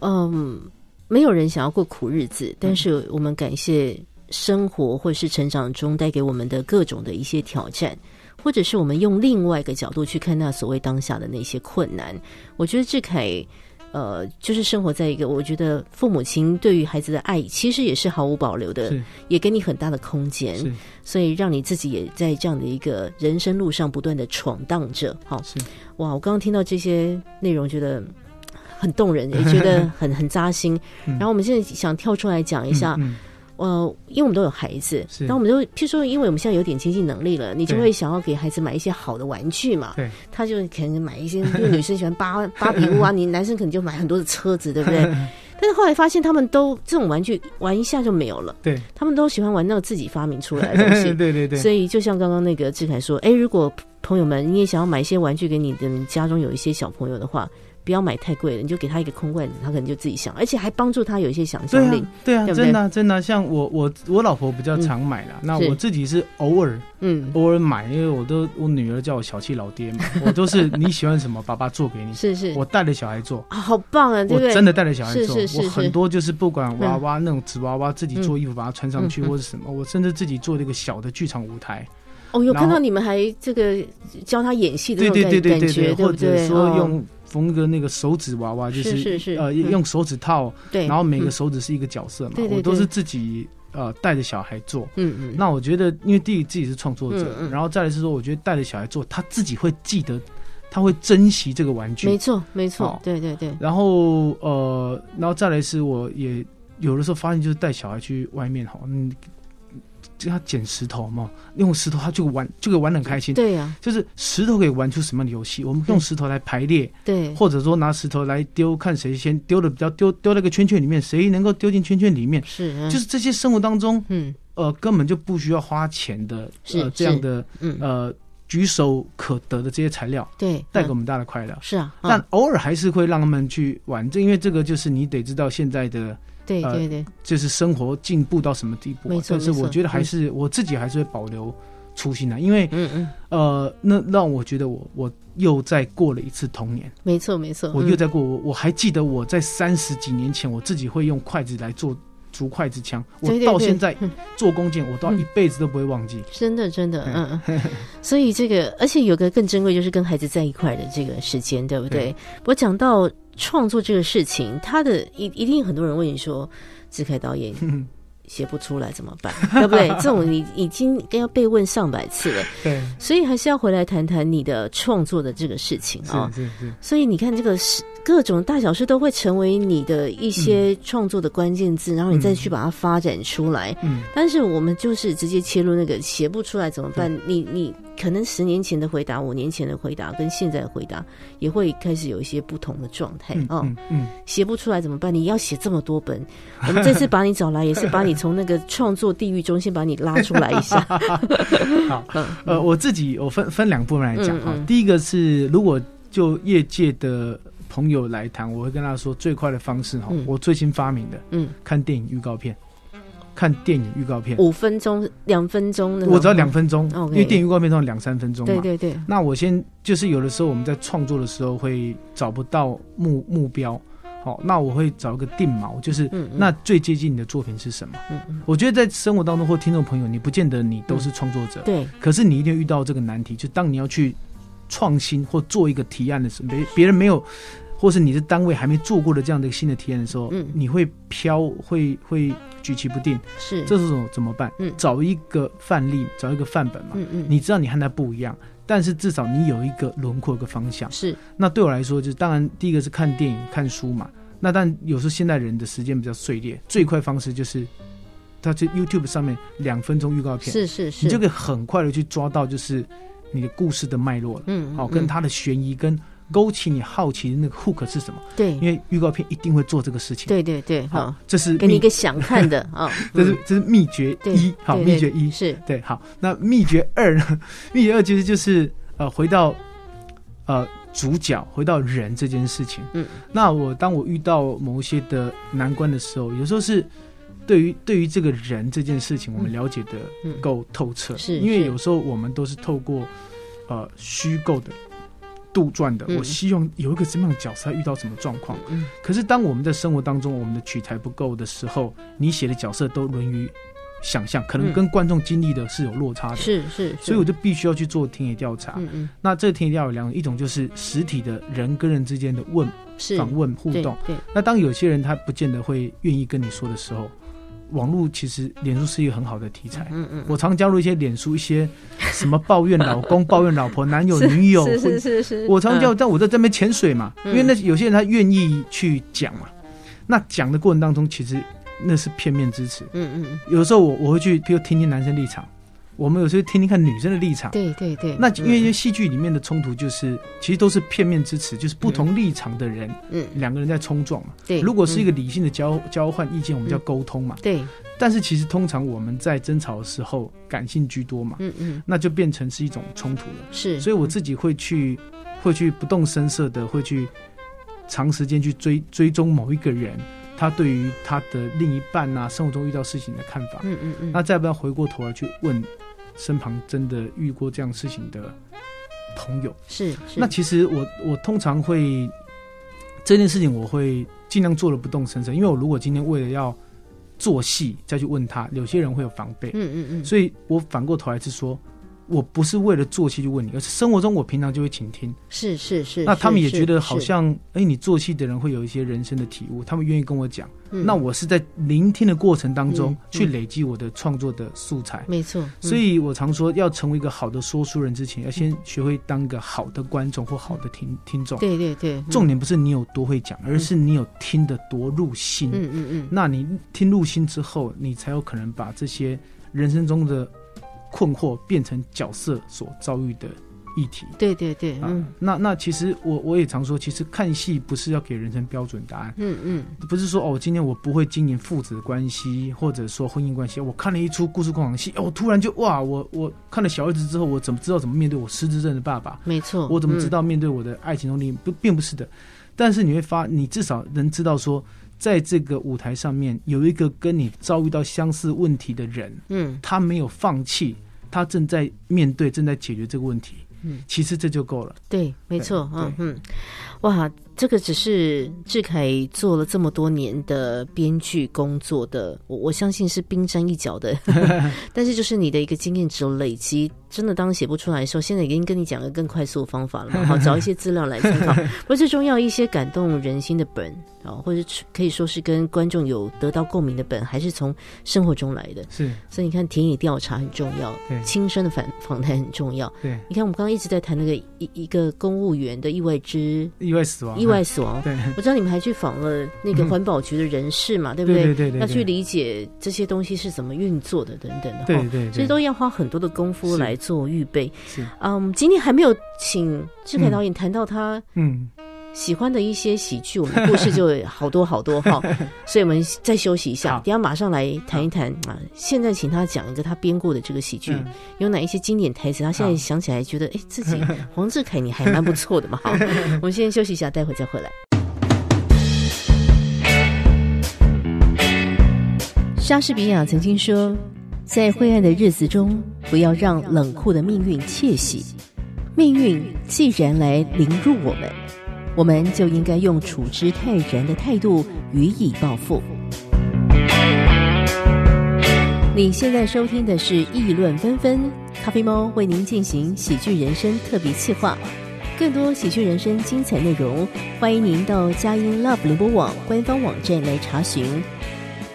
Speaker 2: 嗯，没有人想要过苦日子，
Speaker 3: 嗯
Speaker 2: 但是我们感谢生活或是成长中带给我们的各种的一些挑战。或者是我们用另外一个角度去看那所谓当下的那些困难，我觉得志凯，呃，就是生活在一个我觉得父母亲对于孩子的爱其实也是毫无保留的
Speaker 3: 是，
Speaker 2: 也给你很大的空间。
Speaker 3: 是
Speaker 2: 所以让你自己也在这样的一个人生路上不断的闯荡着。好，
Speaker 3: 是
Speaker 2: 哇，我刚刚听到这些内容，觉得嗯很动人，也觉
Speaker 3: *laughs*
Speaker 2: 得很很扎心。
Speaker 3: 嗯
Speaker 2: 然后我们现在想跳出来讲一下，
Speaker 3: 嗯嗯
Speaker 2: 呃，因为我们都有孩子，
Speaker 3: 是
Speaker 2: 然后我们就譬如说，因为我们现在有点经济能力了，你就
Speaker 3: 对
Speaker 2: 会想要给孩子买一些好的玩具嘛。
Speaker 3: 嗯对，
Speaker 2: 他就可能买一些，因为女生喜欢
Speaker 3: *laughs*
Speaker 2: 芭芭比屋啊，你男生可能就买很多的车子，对不对？但是后来发现，他们都这种玩具玩一下就没有了，
Speaker 3: 对，
Speaker 2: 他们都喜欢玩那个自己发明出来的东
Speaker 3: *laughs*
Speaker 2: 西
Speaker 3: 对。对对
Speaker 2: 所以就像刚刚那个志凯说，哎，如果朋友们你也想要买一些玩具给你的你家中有一些小朋友的话，不要买太贵了，你就给他一个空罐子，他可能就自己想，而且还帮助他有一些想
Speaker 3: 对
Speaker 2: 象力。
Speaker 3: 啊，对啊，
Speaker 2: 对不对嗯
Speaker 3: 真的啊、真的啊、像我我我老婆比较常买啦，那
Speaker 2: 是
Speaker 3: 我自己是偶尔
Speaker 2: 嗯，
Speaker 3: 偶尔买，因为我都我女儿叫我小气老爹嘛，我都是你喜欢什么，爸爸做给你，
Speaker 2: 是是，
Speaker 3: 嗯我带着小孩做。
Speaker 2: 啊，好棒啊，对
Speaker 3: 我
Speaker 2: 不对？
Speaker 3: 真的带着小孩
Speaker 2: 是
Speaker 3: 做，
Speaker 2: 是是
Speaker 3: 我
Speaker 2: 是
Speaker 3: 很多就是不管娃娃、那种纸娃娃，自己做衣服把它穿上
Speaker 2: 嗯
Speaker 3: 去
Speaker 2: 嗯
Speaker 3: 或者什么，我甚至自己做了一个小的剧场舞台，
Speaker 2: 哦，有
Speaker 3: 然
Speaker 2: 看
Speaker 3: 后
Speaker 2: 到你们还这个教他演戏的那
Speaker 3: 对
Speaker 2: 种
Speaker 3: 对
Speaker 2: 感感
Speaker 3: 对对对
Speaker 2: 觉，对
Speaker 3: 或
Speaker 2: 不
Speaker 3: 者
Speaker 2: 对？
Speaker 3: 说
Speaker 2: 哦
Speaker 3: 用缝一个那个手指娃娃，就是
Speaker 2: 是是
Speaker 3: 呃
Speaker 2: 嗯
Speaker 3: 用手指套，
Speaker 2: 对，
Speaker 3: 然后每个
Speaker 2: 嗯
Speaker 3: 手指是一个角色嘛
Speaker 2: 对，对
Speaker 3: 我都
Speaker 2: 对
Speaker 3: 是自己呃带着小孩做。
Speaker 2: 嗯嗯，
Speaker 3: 那我觉得，因为第一自己是创作者，
Speaker 2: 嗯嗯
Speaker 3: 然后再来是说，我觉得带着小孩做，他自己会记得，他会珍惜这个玩具
Speaker 2: 没，错没错
Speaker 3: 好，
Speaker 2: 对对对，
Speaker 3: 然后呃，然后再来是我也有的时候发现，就是带小孩去外面哈，嗯，就他捡石头嘛，用石头他就玩，就可以玩得很开心。
Speaker 2: 对啊呀
Speaker 3: 就是石头可以玩出什么样的游戏？我们
Speaker 2: 嗯
Speaker 3: 用石头来排列，
Speaker 2: 对，
Speaker 3: 或者说拿石头来丢，看谁先丢的比较丢丢那个圈圈里面，谁能够丢进圈圈里面。
Speaker 2: 是嗯
Speaker 3: 就是这些生活当中，
Speaker 2: 嗯
Speaker 3: 呃，根本就不需要花钱的，
Speaker 2: 是
Speaker 3: 呃，这样
Speaker 2: 是
Speaker 3: 的
Speaker 2: 嗯
Speaker 3: 呃举手可得的这些材料，
Speaker 2: 对，
Speaker 3: 带
Speaker 2: 嗯
Speaker 3: 给我们大的快乐。
Speaker 2: 是啊，嗯
Speaker 3: 但偶尔还是会让他们去玩，这因为这个就是你得知道现在的
Speaker 2: 对
Speaker 3: 呃
Speaker 2: 对对，
Speaker 3: 就是生活进步到什么地步啊、
Speaker 2: 没错
Speaker 3: 但是
Speaker 2: 没错
Speaker 3: 我觉得还是、我自己还是会保留初心啊的，因为
Speaker 2: 嗯嗯，
Speaker 3: 呃，那让我觉得我我又再过了一次童年，
Speaker 2: 没错没错，
Speaker 3: 我
Speaker 2: 嗯
Speaker 3: 又再过我我还记得我在三十几年前我自己会用筷子来做竹筷子枪，我
Speaker 2: 对对
Speaker 3: 到
Speaker 2: 对
Speaker 3: 现在
Speaker 2: 嗯
Speaker 3: 做弓箭，我到
Speaker 2: 嗯
Speaker 3: 一辈子都不会忘记。
Speaker 2: 真的，真的，嗯嗯， *laughs* 所以这个，而且有个更珍贵，就是跟孩子在一块儿的这个时间，对不对？我讲到创作这个事情，他的一一定很多人问你说，志凯导 *laughs* 演
Speaker 3: 嗯
Speaker 2: 写不出来怎么办， *laughs* 对不对？这种你已经要被问上百次了，
Speaker 3: 对，
Speaker 2: 所以还是要回来谈谈你的创作的这个事情啊、
Speaker 3: 是是是，
Speaker 2: 所以你看，这个是各种大小事都会成为你的一些创作的关键字，然后你再去把它发展出来。
Speaker 3: 嗯，
Speaker 2: 但是我们就是直接切入那个写不出来怎么办？
Speaker 3: 嗯
Speaker 2: 你你可能十年前的回答、五年前的回答跟现在的回答也会开始有一些不同的状态
Speaker 3: 嗯
Speaker 2: 哦。
Speaker 3: 嗯嗯，
Speaker 2: 写不出来怎么办？你要写这么多
Speaker 3: *laughs*
Speaker 2: 本，我们这次把你找来也是把你从那个创作地狱中先把你拉出来一下。
Speaker 3: *laughs* 好
Speaker 2: 嗯，
Speaker 3: 呃，我自己我分分两部分来讲
Speaker 2: 嗯
Speaker 3: 啊、
Speaker 2: 嗯
Speaker 3: 第一个是如果就业界的朋友来谈，我会跟他说最快的方式哈、
Speaker 2: 嗯
Speaker 3: 我最新发明的，
Speaker 2: 嗯，
Speaker 3: 看电影预告片，看电影预告片，
Speaker 2: 五分钟、两分钟那种，
Speaker 3: 我只要两分钟、
Speaker 2: 哦 OK
Speaker 3: 因为电影预告片通常两三分钟嘛。
Speaker 2: 对对对，
Speaker 3: 那我先就是有的时候我们在创作的时候会找不到目目标，好、那我会找一个定锚，就是
Speaker 2: 嗯，嗯
Speaker 3: 那最接近你的作品是什么？
Speaker 2: 嗯嗯，
Speaker 3: 我觉得在生活当中或听众朋友，你不见得你都是创作者，
Speaker 2: 对，
Speaker 3: 可是你一定遇到这个难题，就当你要去创新或做一个提案的时候，别别人没有或是你的单位还没做过的这样的一个新的体验的时候，
Speaker 2: 嗯
Speaker 3: 你会飘，会会举棋不定，
Speaker 2: 是，
Speaker 3: 这时候怎么办？
Speaker 2: 嗯
Speaker 3: 找一个范例，找一个范本嘛，
Speaker 2: 嗯嗯，
Speaker 3: 你知道你和他不一样，但是至少你有一个轮廓、一个方向。
Speaker 2: 是
Speaker 3: 那对我来说，就是当然第一个是看电影、看书嘛。那但有时候现代人的时间比较碎裂，最快方式就是，他就 YouTube 上面两分钟预告片，
Speaker 2: 是是是，
Speaker 3: 你就可以很快的去抓到就是你的故事的脉络了。
Speaker 2: 嗯，
Speaker 3: 好、
Speaker 2: 嗯
Speaker 3: 跟
Speaker 2: 嗯
Speaker 3: 它的悬疑跟勾起你好奇的那个 hook 是什么？
Speaker 2: 对
Speaker 3: 因为预告片一定会做这个事
Speaker 2: 嗯
Speaker 3: 情。
Speaker 2: 对对对，
Speaker 3: 好
Speaker 2: 好，，
Speaker 3: 这是
Speaker 2: 给你
Speaker 3: 秘
Speaker 2: 一个想看的啊，
Speaker 3: *laughs* 这是
Speaker 2: 嗯
Speaker 3: 这是秘诀
Speaker 2: 对
Speaker 3: 一，好，
Speaker 2: 对
Speaker 3: 秘
Speaker 2: 对
Speaker 3: 诀一
Speaker 2: 是
Speaker 3: 对，好，那秘诀二呢？ *laughs* 秘诀二其实就是呃，回到呃主角，回到人这件事情。
Speaker 2: 嗯，
Speaker 3: 那我当我遇到某一些的难关的时候，有时候是对于对于这个人这件事情，我们
Speaker 2: 嗯
Speaker 3: 了解的
Speaker 2: 嗯
Speaker 3: 够透彻，
Speaker 2: 是
Speaker 3: 因为
Speaker 2: 是
Speaker 3: 有时候我们都是透过呃虚构的。杜撰的，
Speaker 2: 嗯
Speaker 3: 我希望有一个什么样的角色遇到什么状况。
Speaker 2: 嗯
Speaker 3: 可是当我们在生活当中，我们的取材不够的时候，你写的角色都沦于想象，可能
Speaker 2: 嗯
Speaker 3: 跟观众经历的是有落差的。
Speaker 2: 是是，
Speaker 3: 所以我就必须要去做田野调查。
Speaker 2: 嗯嗯
Speaker 3: 那这个田野调查有两种，一种就是实体的人跟人之间的问
Speaker 2: 是
Speaker 3: 访问互
Speaker 2: 对
Speaker 3: 动。
Speaker 2: 对
Speaker 3: 那当有些人他不见得会愿意跟你说的时候，网络其实脸书是一个很好的题材。
Speaker 2: 嗯嗯，
Speaker 3: 我常加入一些脸书一些什么抱怨老
Speaker 2: *laughs*
Speaker 3: 公、抱怨老婆、男友、女友，
Speaker 2: 是
Speaker 3: 或
Speaker 2: 是是是，
Speaker 3: 我
Speaker 2: 嗯
Speaker 3: 常叫，但我在这边潜水嘛，因为那有些人他愿意去讲嘛。那讲的过程当中，其实那是片面支持。
Speaker 2: 嗯嗯，
Speaker 3: 有时候我我会去，比如听听男生立场，我们有时候听听看女生的立场。
Speaker 2: 对对对，
Speaker 3: 那因为
Speaker 2: 嗯
Speaker 3: 戏剧里面的冲突就是，其实都是片面之词，就是不同立场的人，
Speaker 2: 嗯
Speaker 3: 两个人在冲撞嘛。
Speaker 2: 对，
Speaker 3: 如果是一
Speaker 2: 个
Speaker 3: 个理性的交交换意见，我们叫
Speaker 2: 嗯
Speaker 3: 沟通嘛。
Speaker 2: 对，
Speaker 3: 但是其实通常我们在争吵的时候，感性居多嘛，
Speaker 2: 嗯嗯
Speaker 3: 那就变成是一种冲突了。
Speaker 2: 是，嗯
Speaker 3: 所以我自己会去，会去不动声色的，会去长时间去追追踪某一个人，他对于他的另一半啊，生活中遇到事情的看法。
Speaker 2: 嗯嗯嗯，
Speaker 3: 那再不要回过头来去问身旁真的遇过这样事情的朋友。
Speaker 2: 是是
Speaker 3: 那其实我我通常会这件事情，我会尽量做的不动声色，因为我如果今天为了要做戏再去问他，有些人会有防备，
Speaker 2: 嗯嗯嗯，
Speaker 3: 所以我反过头来是说。我不是为了做戏去问你，而是生活中我平常就会倾听。
Speaker 2: 是是是，
Speaker 3: 那他们也觉得好
Speaker 2: 是，
Speaker 3: 像，哎、你做戏的人会有一些人生的体悟，他们愿意跟我讲。
Speaker 2: 嗯
Speaker 3: 那我是在聆听的过程当中、
Speaker 2: 嗯
Speaker 3: 去
Speaker 2: 嗯
Speaker 3: 累积我的创作的素材。
Speaker 2: 没错，嗯
Speaker 3: 所以我常说，要成为一个好的说书人之前，要先学会当个好的观众或好的听
Speaker 2: 嗯
Speaker 3: 听众。
Speaker 2: 对对对，嗯
Speaker 3: 重点不是你有多会讲，而是你有听得多入心。
Speaker 2: 嗯嗯嗯，
Speaker 3: 那你听入心之后，你才有可能把这些人生中的困惑变成角色所遭遇的议题。
Speaker 2: 对对对，
Speaker 3: 啊
Speaker 2: 嗯，
Speaker 3: 那那其实我我也常说，其实看戏不是要给人生标准答案，
Speaker 2: 嗯嗯，
Speaker 3: 不是说哦，今天我不会经营父子关系，或者说婚姻关系。我看了一出故事工厂戏，哦，我突然就哇，我我看了小儿子之后，我怎么知道怎么面对我失智症的爸爸？
Speaker 2: 没错，
Speaker 3: 我怎么知
Speaker 2: 嗯？
Speaker 3: 道面对我的爱情中另一不并不是的？但是你会发，你至少能知道说，在这个舞台上面有一个跟你遭遇到相似问题的人，
Speaker 2: 嗯，
Speaker 3: 他没有放弃，他正在面对，正在解决这个问题。
Speaker 2: 嗯，
Speaker 3: 其实这就够了。
Speaker 2: 对，没错，
Speaker 3: 对
Speaker 2: 嗯嗯，哇，这个只是志凯做了这么多年的编剧工作的，我我相信是冰山一角
Speaker 3: *laughs*
Speaker 2: 的，但是就是你的一个经验值累积，真的当写不出来的时候，现在已经跟你讲了更快速的方法
Speaker 3: *laughs*
Speaker 2: 了嘛，好，找一些资料来参考，不过最重要一些感动人心的本啊，或者是可以说是跟观众有得到共鸣的本，还是从生活中来的，
Speaker 3: 是
Speaker 2: 所以你看田野调查很重要，
Speaker 3: 对
Speaker 2: 亲身的访访谈很重要。
Speaker 3: 对
Speaker 2: 你看，我们刚刚一直在谈那个一一个公务员的意外之
Speaker 3: 意外死亡，
Speaker 2: 意外死亡。
Speaker 3: 哦对
Speaker 2: 我知道你们还去访了那个
Speaker 3: 嗯
Speaker 2: 环保局的人士嘛，对不
Speaker 3: 对对对对，
Speaker 2: 要去理解这些东西是怎么运作的等等的。
Speaker 3: 对
Speaker 2: 哈
Speaker 3: 对对，
Speaker 2: 哦所以都要花很多的功夫
Speaker 3: 是
Speaker 2: 来做预备。
Speaker 3: 是
Speaker 2: 嗯，今天还没有请志凯
Speaker 3: 嗯
Speaker 2: 导演谈到他
Speaker 3: 嗯，
Speaker 2: 喜欢的一些喜剧，我们的故事就有好多好多
Speaker 3: *laughs*
Speaker 2: 哈，所以我们再休息一下，
Speaker 3: 好
Speaker 2: 等一下马上来谈一谈啊。现在请他讲一个他编过的这个喜剧，
Speaker 3: 嗯
Speaker 2: 有哪一些经典台词，他现在
Speaker 3: 好
Speaker 2: 想起来觉得，哎，自
Speaker 3: *laughs*
Speaker 2: 己黄志凯你还蛮不错的嘛。好，我们先休息一下，待会再回来。莎士比亚曾经说，在灰暗的日子中，不要让冷酷的命运窃喜。命运既然来凌辱我们，我们就应该用处之泰然的态度予以报复。你现在收听的是《议论纷纷》，咖啡猫为您进行喜剧人生特别企划。更多喜剧人生精彩内容，欢迎您到佳音 Love 联播网官方网站来查询。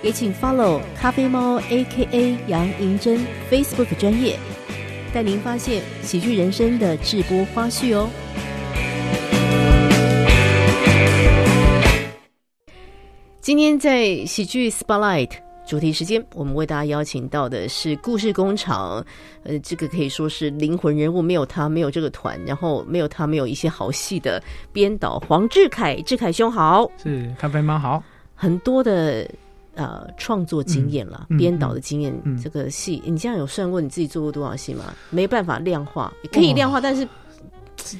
Speaker 2: 也请 follow 咖啡猫 A.K.A 杨银珍 Facebook 专业，带您发现喜剧人生的直播花絮哦。今天在喜剧 Spotlight 主题时间，我们为大家邀请到的是故事工厂，呃，这个可以说是灵魂人物，没有他没有这个团，然后没有他没有一些好戏的编导黄志凯，志凯兄好，
Speaker 3: 是咖啡猫好，
Speaker 2: 很多的呃创作经验啦，
Speaker 3: 嗯嗯
Speaker 2: 编导的经验，
Speaker 3: 嗯
Speaker 2: 这个戏你这样有算过你自己做过多少戏吗？没办法量化，可以量化，但是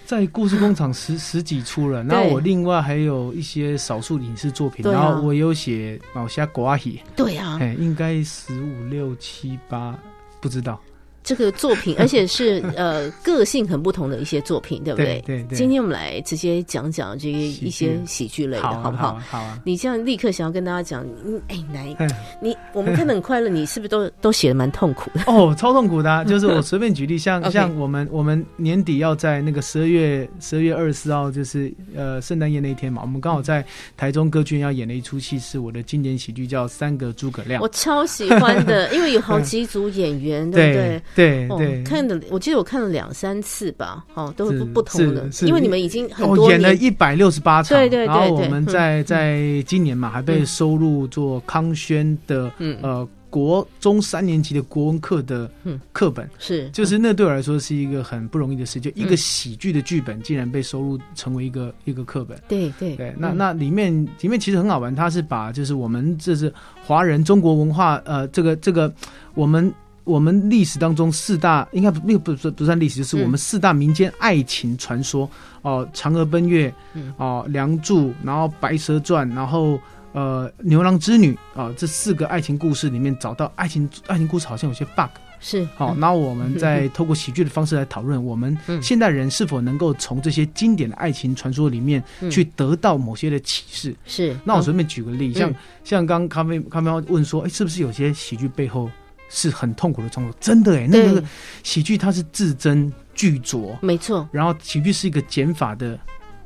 Speaker 3: 在故事工厂十十几出了，然后
Speaker 2: 对
Speaker 3: 我另外还有一些少数影视作品，
Speaker 2: 对啊
Speaker 3: 然后我有写毛虾狗阿喜，
Speaker 2: 对啊，
Speaker 3: 哎，应该十五六七八，不知道，
Speaker 2: 这个作
Speaker 3: *laughs*
Speaker 2: 品，而且是呃个性很不同的一些作品，对不
Speaker 3: 对对对，
Speaker 2: 今天我们来直接讲讲这些
Speaker 3: 喜剧
Speaker 2: 一些喜剧类的，
Speaker 3: 好
Speaker 2: 好
Speaker 3: 啊
Speaker 2: 不
Speaker 3: 好
Speaker 2: 好？
Speaker 3: 啊好啊，
Speaker 2: 你这样立刻想要跟大家讲，嗯，哎、来，
Speaker 3: 哎
Speaker 2: 你我们看得很快乐，你是不是都都写的蛮痛
Speaker 3: *laughs*
Speaker 2: 苦的？
Speaker 3: *laughs* 哦，超痛苦的啊、
Speaker 2: *laughs*
Speaker 3: 就是我随便举例，像
Speaker 2: OK
Speaker 3: 像我们我们年底要在那个十二月十二月二十四号，就是呃圣诞夜那一天嘛，我们刚好在台中歌剧院要演的一出戏是我的经典喜剧，叫《三个诸葛亮
Speaker 2: 我》。超喜欢的，
Speaker 3: *laughs*
Speaker 2: 因为有好几组演员，对不对？
Speaker 3: 对
Speaker 2: 哦
Speaker 3: 对，，
Speaker 2: 看的我记得我看了两三次吧，哦，都是不
Speaker 3: 是
Speaker 2: 不同的
Speaker 3: 是，是
Speaker 2: 因为你们已经很
Speaker 3: 哦
Speaker 2: 多
Speaker 3: 演了
Speaker 2: 年，
Speaker 3: 一百六十八场，
Speaker 2: 对对对嗯
Speaker 3: 然后我们
Speaker 2: 对
Speaker 3: 在在今年嘛还被收录做康轩的
Speaker 2: 嗯，
Speaker 3: 呃国中三年级的国文课的
Speaker 2: 嗯
Speaker 3: 课本。
Speaker 2: 是
Speaker 3: 就是那对我来说是一个很不容易的事，就一
Speaker 2: 嗯
Speaker 3: 个喜剧的剧本竟然被收录成为一个一个课本。
Speaker 2: 对对
Speaker 3: 对，那
Speaker 2: 嗯
Speaker 3: 那里面里面其实很好玩，它是把就是我们这是华人中国文化呃这个这个我们我们历史当中四大应该不那个不不不算历史，就是
Speaker 2: 嗯
Speaker 3: 我们四大民间爱情传说哦、嫦娥奔月
Speaker 2: 嗯
Speaker 3: 哦、梁祝，然后白蛇传，然后。呃，牛郎织女啊、这四个爱情故事里面找到爱情爱情故事好像有些 bug，
Speaker 2: 是
Speaker 3: 好，
Speaker 2: 嗯
Speaker 3: 那我们再透过喜剧的方式来讨论，我们
Speaker 2: 嗯
Speaker 3: 现代人是否能够从这些经典的爱情传说里面
Speaker 2: 嗯
Speaker 3: 去得到某些的启示？
Speaker 2: 是，
Speaker 3: 那我
Speaker 2: 说
Speaker 3: 随便举个例，像
Speaker 2: 嗯
Speaker 3: 像刚刚咖啡咖啡猫问说，哎，是不是有些喜剧背后是很痛苦的创作？真的哎，那
Speaker 2: 对
Speaker 3: 个，喜剧它是字斟句酌，
Speaker 2: 没错，
Speaker 3: 然后喜剧是一个减法的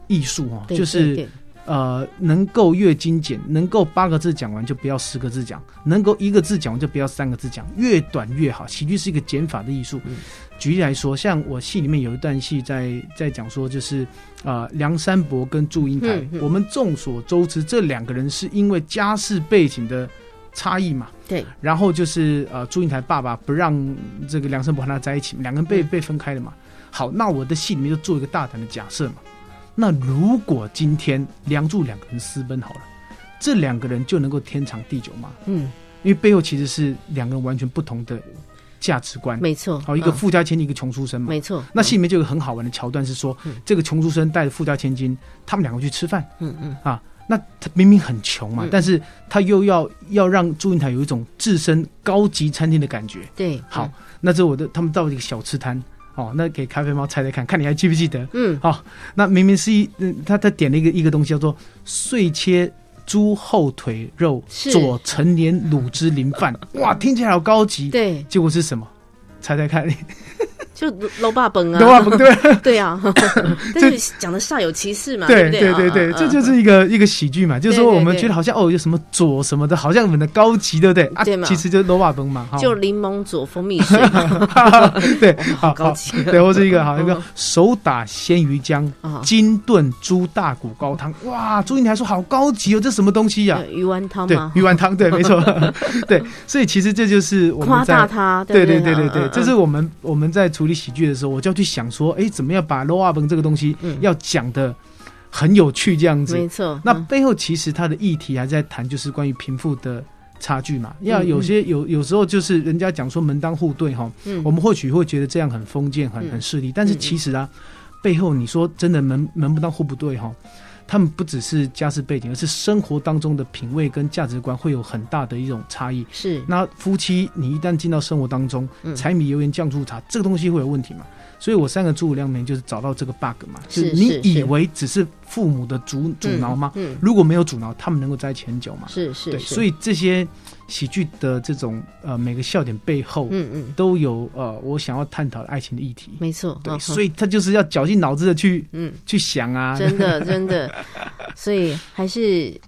Speaker 3: 艺术哦，
Speaker 2: 对对
Speaker 3: 就是
Speaker 2: 对
Speaker 3: 呃，能够越精简，能够八个字讲完就不要十个字讲，能够一个字讲完就不要三个字讲，越短越好。喜剧是一个减法的艺术。
Speaker 2: 嗯
Speaker 3: 举例来说，像我戏里面有一段戏在在讲说，就是呃，梁山伯跟祝英台，
Speaker 2: 嗯嗯
Speaker 3: 我们众所周知，这两个人是因为家世背景的差异嘛。
Speaker 2: 对
Speaker 3: 然后就是呃，祝英台爸爸不让这个梁山伯和他在一起，两个人被
Speaker 2: 嗯
Speaker 3: 被分开了嘛。好，那我的戏里面就做一个大胆的假设嘛。那如果今天梁祝两个人私奔好了，这两个人就能够天长地久吗？
Speaker 2: 嗯，
Speaker 3: 因为背后其实是两个人完全不同的价值观。
Speaker 2: 没错，
Speaker 3: 哦好，一个
Speaker 2: 嗯
Speaker 3: 富家千金，一个穷书生嘛。
Speaker 2: 没错，
Speaker 3: 那戏里面就有个很好玩的桥段是说，
Speaker 2: 嗯
Speaker 3: 这个穷书生带着富家千金，他们两个去吃饭。啊
Speaker 2: 嗯嗯嗯
Speaker 3: 那他明明很穷嘛，
Speaker 2: 嗯
Speaker 3: 但是他又要要让祝英台有一种置身高级餐厅的感觉。
Speaker 2: 对，
Speaker 3: 好，那这我的他们到了一个小吃摊，哦，那给咖啡猫猜猜看，看你还记不记得？哦
Speaker 2: 嗯，
Speaker 3: 那明明是一，嗯，他他点了一个一个东西叫做碎切猪后腿肉
Speaker 2: 是
Speaker 3: 佐成年卤汁淋
Speaker 2: *laughs*
Speaker 3: 饭，哇，听起来好高级。
Speaker 2: 嗯对，嗯
Speaker 3: 结果是什么？猜猜看， *laughs*
Speaker 2: 就楼霸崩啊，
Speaker 3: 对吧？不对，
Speaker 2: 对
Speaker 3: *laughs*
Speaker 2: 啊， *laughs* 但是讲的煞有其事嘛，
Speaker 3: 对
Speaker 2: 不
Speaker 3: 对对对，
Speaker 2: 嗯嗯
Speaker 3: 这就是一个一个喜剧嘛，就是说
Speaker 2: 对对
Speaker 3: 我们
Speaker 2: 对
Speaker 3: 觉得好像哦，有什么佐什么的，好像我们的高级，对不对？啊
Speaker 2: 对嘛，
Speaker 3: 其实就是罗瓦崩嘛，哈
Speaker 2: 嗯就柠檬佐蜂蜜水嘛，
Speaker 3: *laughs*
Speaker 2: *laughs*
Speaker 3: 对，
Speaker 2: 好
Speaker 3: 好
Speaker 2: 高
Speaker 3: 好，
Speaker 2: 级
Speaker 3: *laughs* 对，或是一个好一个
Speaker 2: 嗯
Speaker 3: 手打鲜鱼浆。
Speaker 2: 啊，
Speaker 3: 金炖猪大骨高汤，哇！朱英台说好高级哦，这什么东西呀、
Speaker 2: 呃鱼丸汤
Speaker 3: 对
Speaker 2: 嘛，，
Speaker 3: 鱼丸汤，对，没错， *laughs* 对，所以其实这就是我
Speaker 2: 夸
Speaker 3: 们
Speaker 2: 大
Speaker 3: 在。
Speaker 2: 它，
Speaker 3: 对
Speaker 2: 对
Speaker 3: 对
Speaker 2: 不
Speaker 3: 对对对，
Speaker 2: 嗯
Speaker 3: 这
Speaker 2: 嗯
Speaker 3: 是我们我们在处理喜剧的时候，我就要去想说，哎，怎么样把 low up 这个东西
Speaker 2: 嗯
Speaker 3: 要讲的很有趣这样子
Speaker 2: 没。错，
Speaker 3: 那
Speaker 2: 嗯
Speaker 3: 背后其实它的议题还在谈，就是关于贫富的差距嘛。要
Speaker 2: 嗯
Speaker 3: 有
Speaker 2: 嗯
Speaker 3: 些有有时候就是人家讲说门当户对哈，
Speaker 2: 嗯
Speaker 3: 我们或许会觉得这样很封建、很
Speaker 2: 嗯
Speaker 3: 很势利，但是
Speaker 2: 嗯嗯
Speaker 3: 其实啊，背后你说真的门门不当户不对哈，他们不只是家世背景，而是生活当中的品味跟价值观会有很大的一种差异。
Speaker 2: 是
Speaker 3: 那夫妻你一旦进到生活当中，
Speaker 2: 嗯
Speaker 3: 柴米油盐酱醋茶这个东西会有问题嘛？所以我三个诸葛亮没就是找到这个 bug 嘛，就是你
Speaker 2: 是
Speaker 3: 以
Speaker 2: 是
Speaker 3: 为只是父母的阻阻挠吗？
Speaker 2: 嗯，嗯
Speaker 3: 如果没有阻挠，他们能够在一起很久吗？
Speaker 2: 是是
Speaker 3: 对，
Speaker 2: 是，
Speaker 3: 所以这些喜剧的这种呃每个笑点背后，
Speaker 2: 嗯嗯，
Speaker 3: 都有呃我想要探讨的爱情的议题。
Speaker 2: 没错，
Speaker 3: 对，
Speaker 2: 嗯
Speaker 3: 所以他就是要绞尽脑汁的去
Speaker 2: 嗯，
Speaker 3: 去想啊，
Speaker 2: 真的真的，所以还是。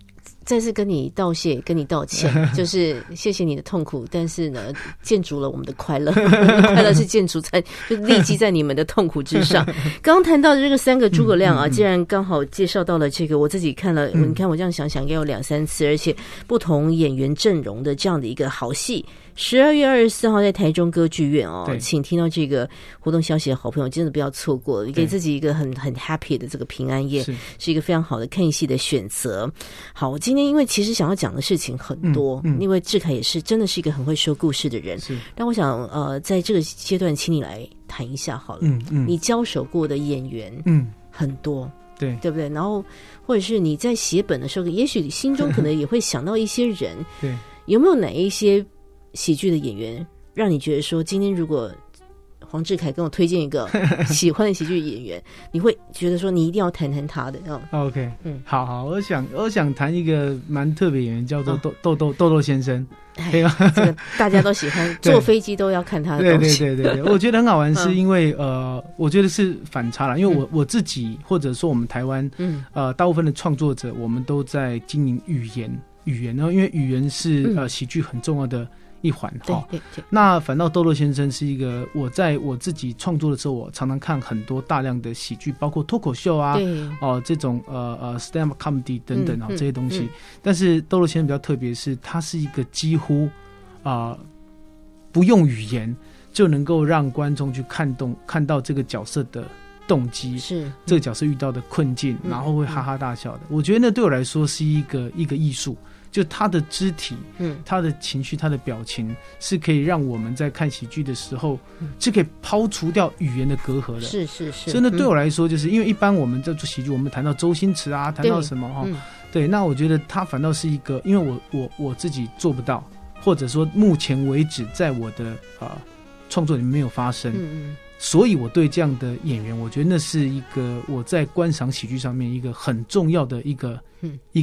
Speaker 2: 再次跟你道谢，跟你道
Speaker 3: *laughs*
Speaker 2: 歉，就是谢谢你的痛苦，但是呢，建筑了我们的快乐，我 *laughs* 们的快乐是建筑在，就立基在你们的痛苦之
Speaker 3: *laughs*
Speaker 2: 上。刚刚谈到的这个三个诸葛亮啊，
Speaker 3: 嗯嗯嗯嗯
Speaker 2: 既然刚好介绍到了这个，我自己看了，你看我这样想想，应该有两三次，而且不同演员阵容的这样的一个好戏。十二月二十四号在台中歌剧院哦，
Speaker 3: 对
Speaker 2: 请听到这个活动消息的好朋友，真的不要错过，给自己一个很很 happy 的这个平安夜。
Speaker 3: 是
Speaker 2: 是一个非常好的看戏的选择。好，我今天因为其实想要讲的事情很多，
Speaker 3: 嗯嗯
Speaker 2: 因为志凯也是真的是一个很会说故事的人。
Speaker 3: 是，
Speaker 2: 但我想，呃，在这个阶段，请你来谈一下好了。
Speaker 3: 嗯嗯
Speaker 2: 你交手过的演员
Speaker 3: 嗯，
Speaker 2: 很多，
Speaker 3: 对
Speaker 2: 对不对？然后，或者是你在写本的时候，也许心中可能也会想到一些人，
Speaker 3: 对，
Speaker 2: 有没有哪一些喜剧的演员让你觉得说，今天如果黄志凯跟我推荐
Speaker 3: *laughs*
Speaker 2: 一个喜欢的喜剧演员，你会觉得说你一定要谈谈他的？嗯，
Speaker 3: OK，
Speaker 2: 嗯
Speaker 3: 嗯，好好，我想我想谈一个蛮特别演员，叫做
Speaker 2: 哦
Speaker 3: 豆豆豆豆豆先生。
Speaker 2: 哎
Speaker 3: 对吧
Speaker 2: 这个大家都喜欢，
Speaker 3: *laughs* 对
Speaker 2: 坐飞机都要看他的
Speaker 3: *laughs* 对
Speaker 2: 东
Speaker 3: 对
Speaker 2: 西。
Speaker 3: 对对对，我觉得很好玩，是
Speaker 2: 嗯
Speaker 3: 因为呃，我觉得是反差了，因为我我自己或者说我们台湾
Speaker 2: 嗯
Speaker 3: 呃，大部分的创作者，我们都在经营语言语言，然哦后因为语言是
Speaker 2: 嗯
Speaker 3: 呃喜剧很重要的一环
Speaker 2: 对
Speaker 3: 哈。
Speaker 2: 对对，
Speaker 3: 那反倒豆豆先生是一个，我在我自己创作的时候，我常常看很多大量的喜剧，包括脱口秀啊，
Speaker 2: 对，
Speaker 3: 哦，这种呃呃 stand up comedy 等等
Speaker 2: 嗯
Speaker 3: 啊、
Speaker 2: 嗯
Speaker 3: 这些东西。
Speaker 2: 嗯
Speaker 3: 但是豆豆先生比较特别，是他是一个几乎啊、呃不用语言就能够让观众去看动看到这个角色的动机，
Speaker 2: 是
Speaker 3: 这个角色遇到的困境，
Speaker 2: 嗯
Speaker 3: 然后会哈哈大笑的。我觉得那对我来说是一个一个艺术，就他的肢体、
Speaker 2: 嗯
Speaker 3: 他的情绪、他的表情，是可以让我们在看喜剧的时候
Speaker 2: 嗯
Speaker 3: 是可以抛除掉语言的隔阂的。
Speaker 2: 是是是，嗯
Speaker 3: 真的对我
Speaker 2: 来
Speaker 3: 来说，就是因为一般我们在做喜剧，我们谈到周星驰啊，谈到什么哈、
Speaker 2: 嗯
Speaker 3: 对，那我觉得他反倒是一个，因为我我我自己做不到，或者说目前为止在我的呃创作里面没有发生、
Speaker 2: 嗯
Speaker 3: 所以我对这样的演员，我觉得那是一个我在观赏喜剧上面一个很重要的一个、
Speaker 2: 嗯
Speaker 3: 一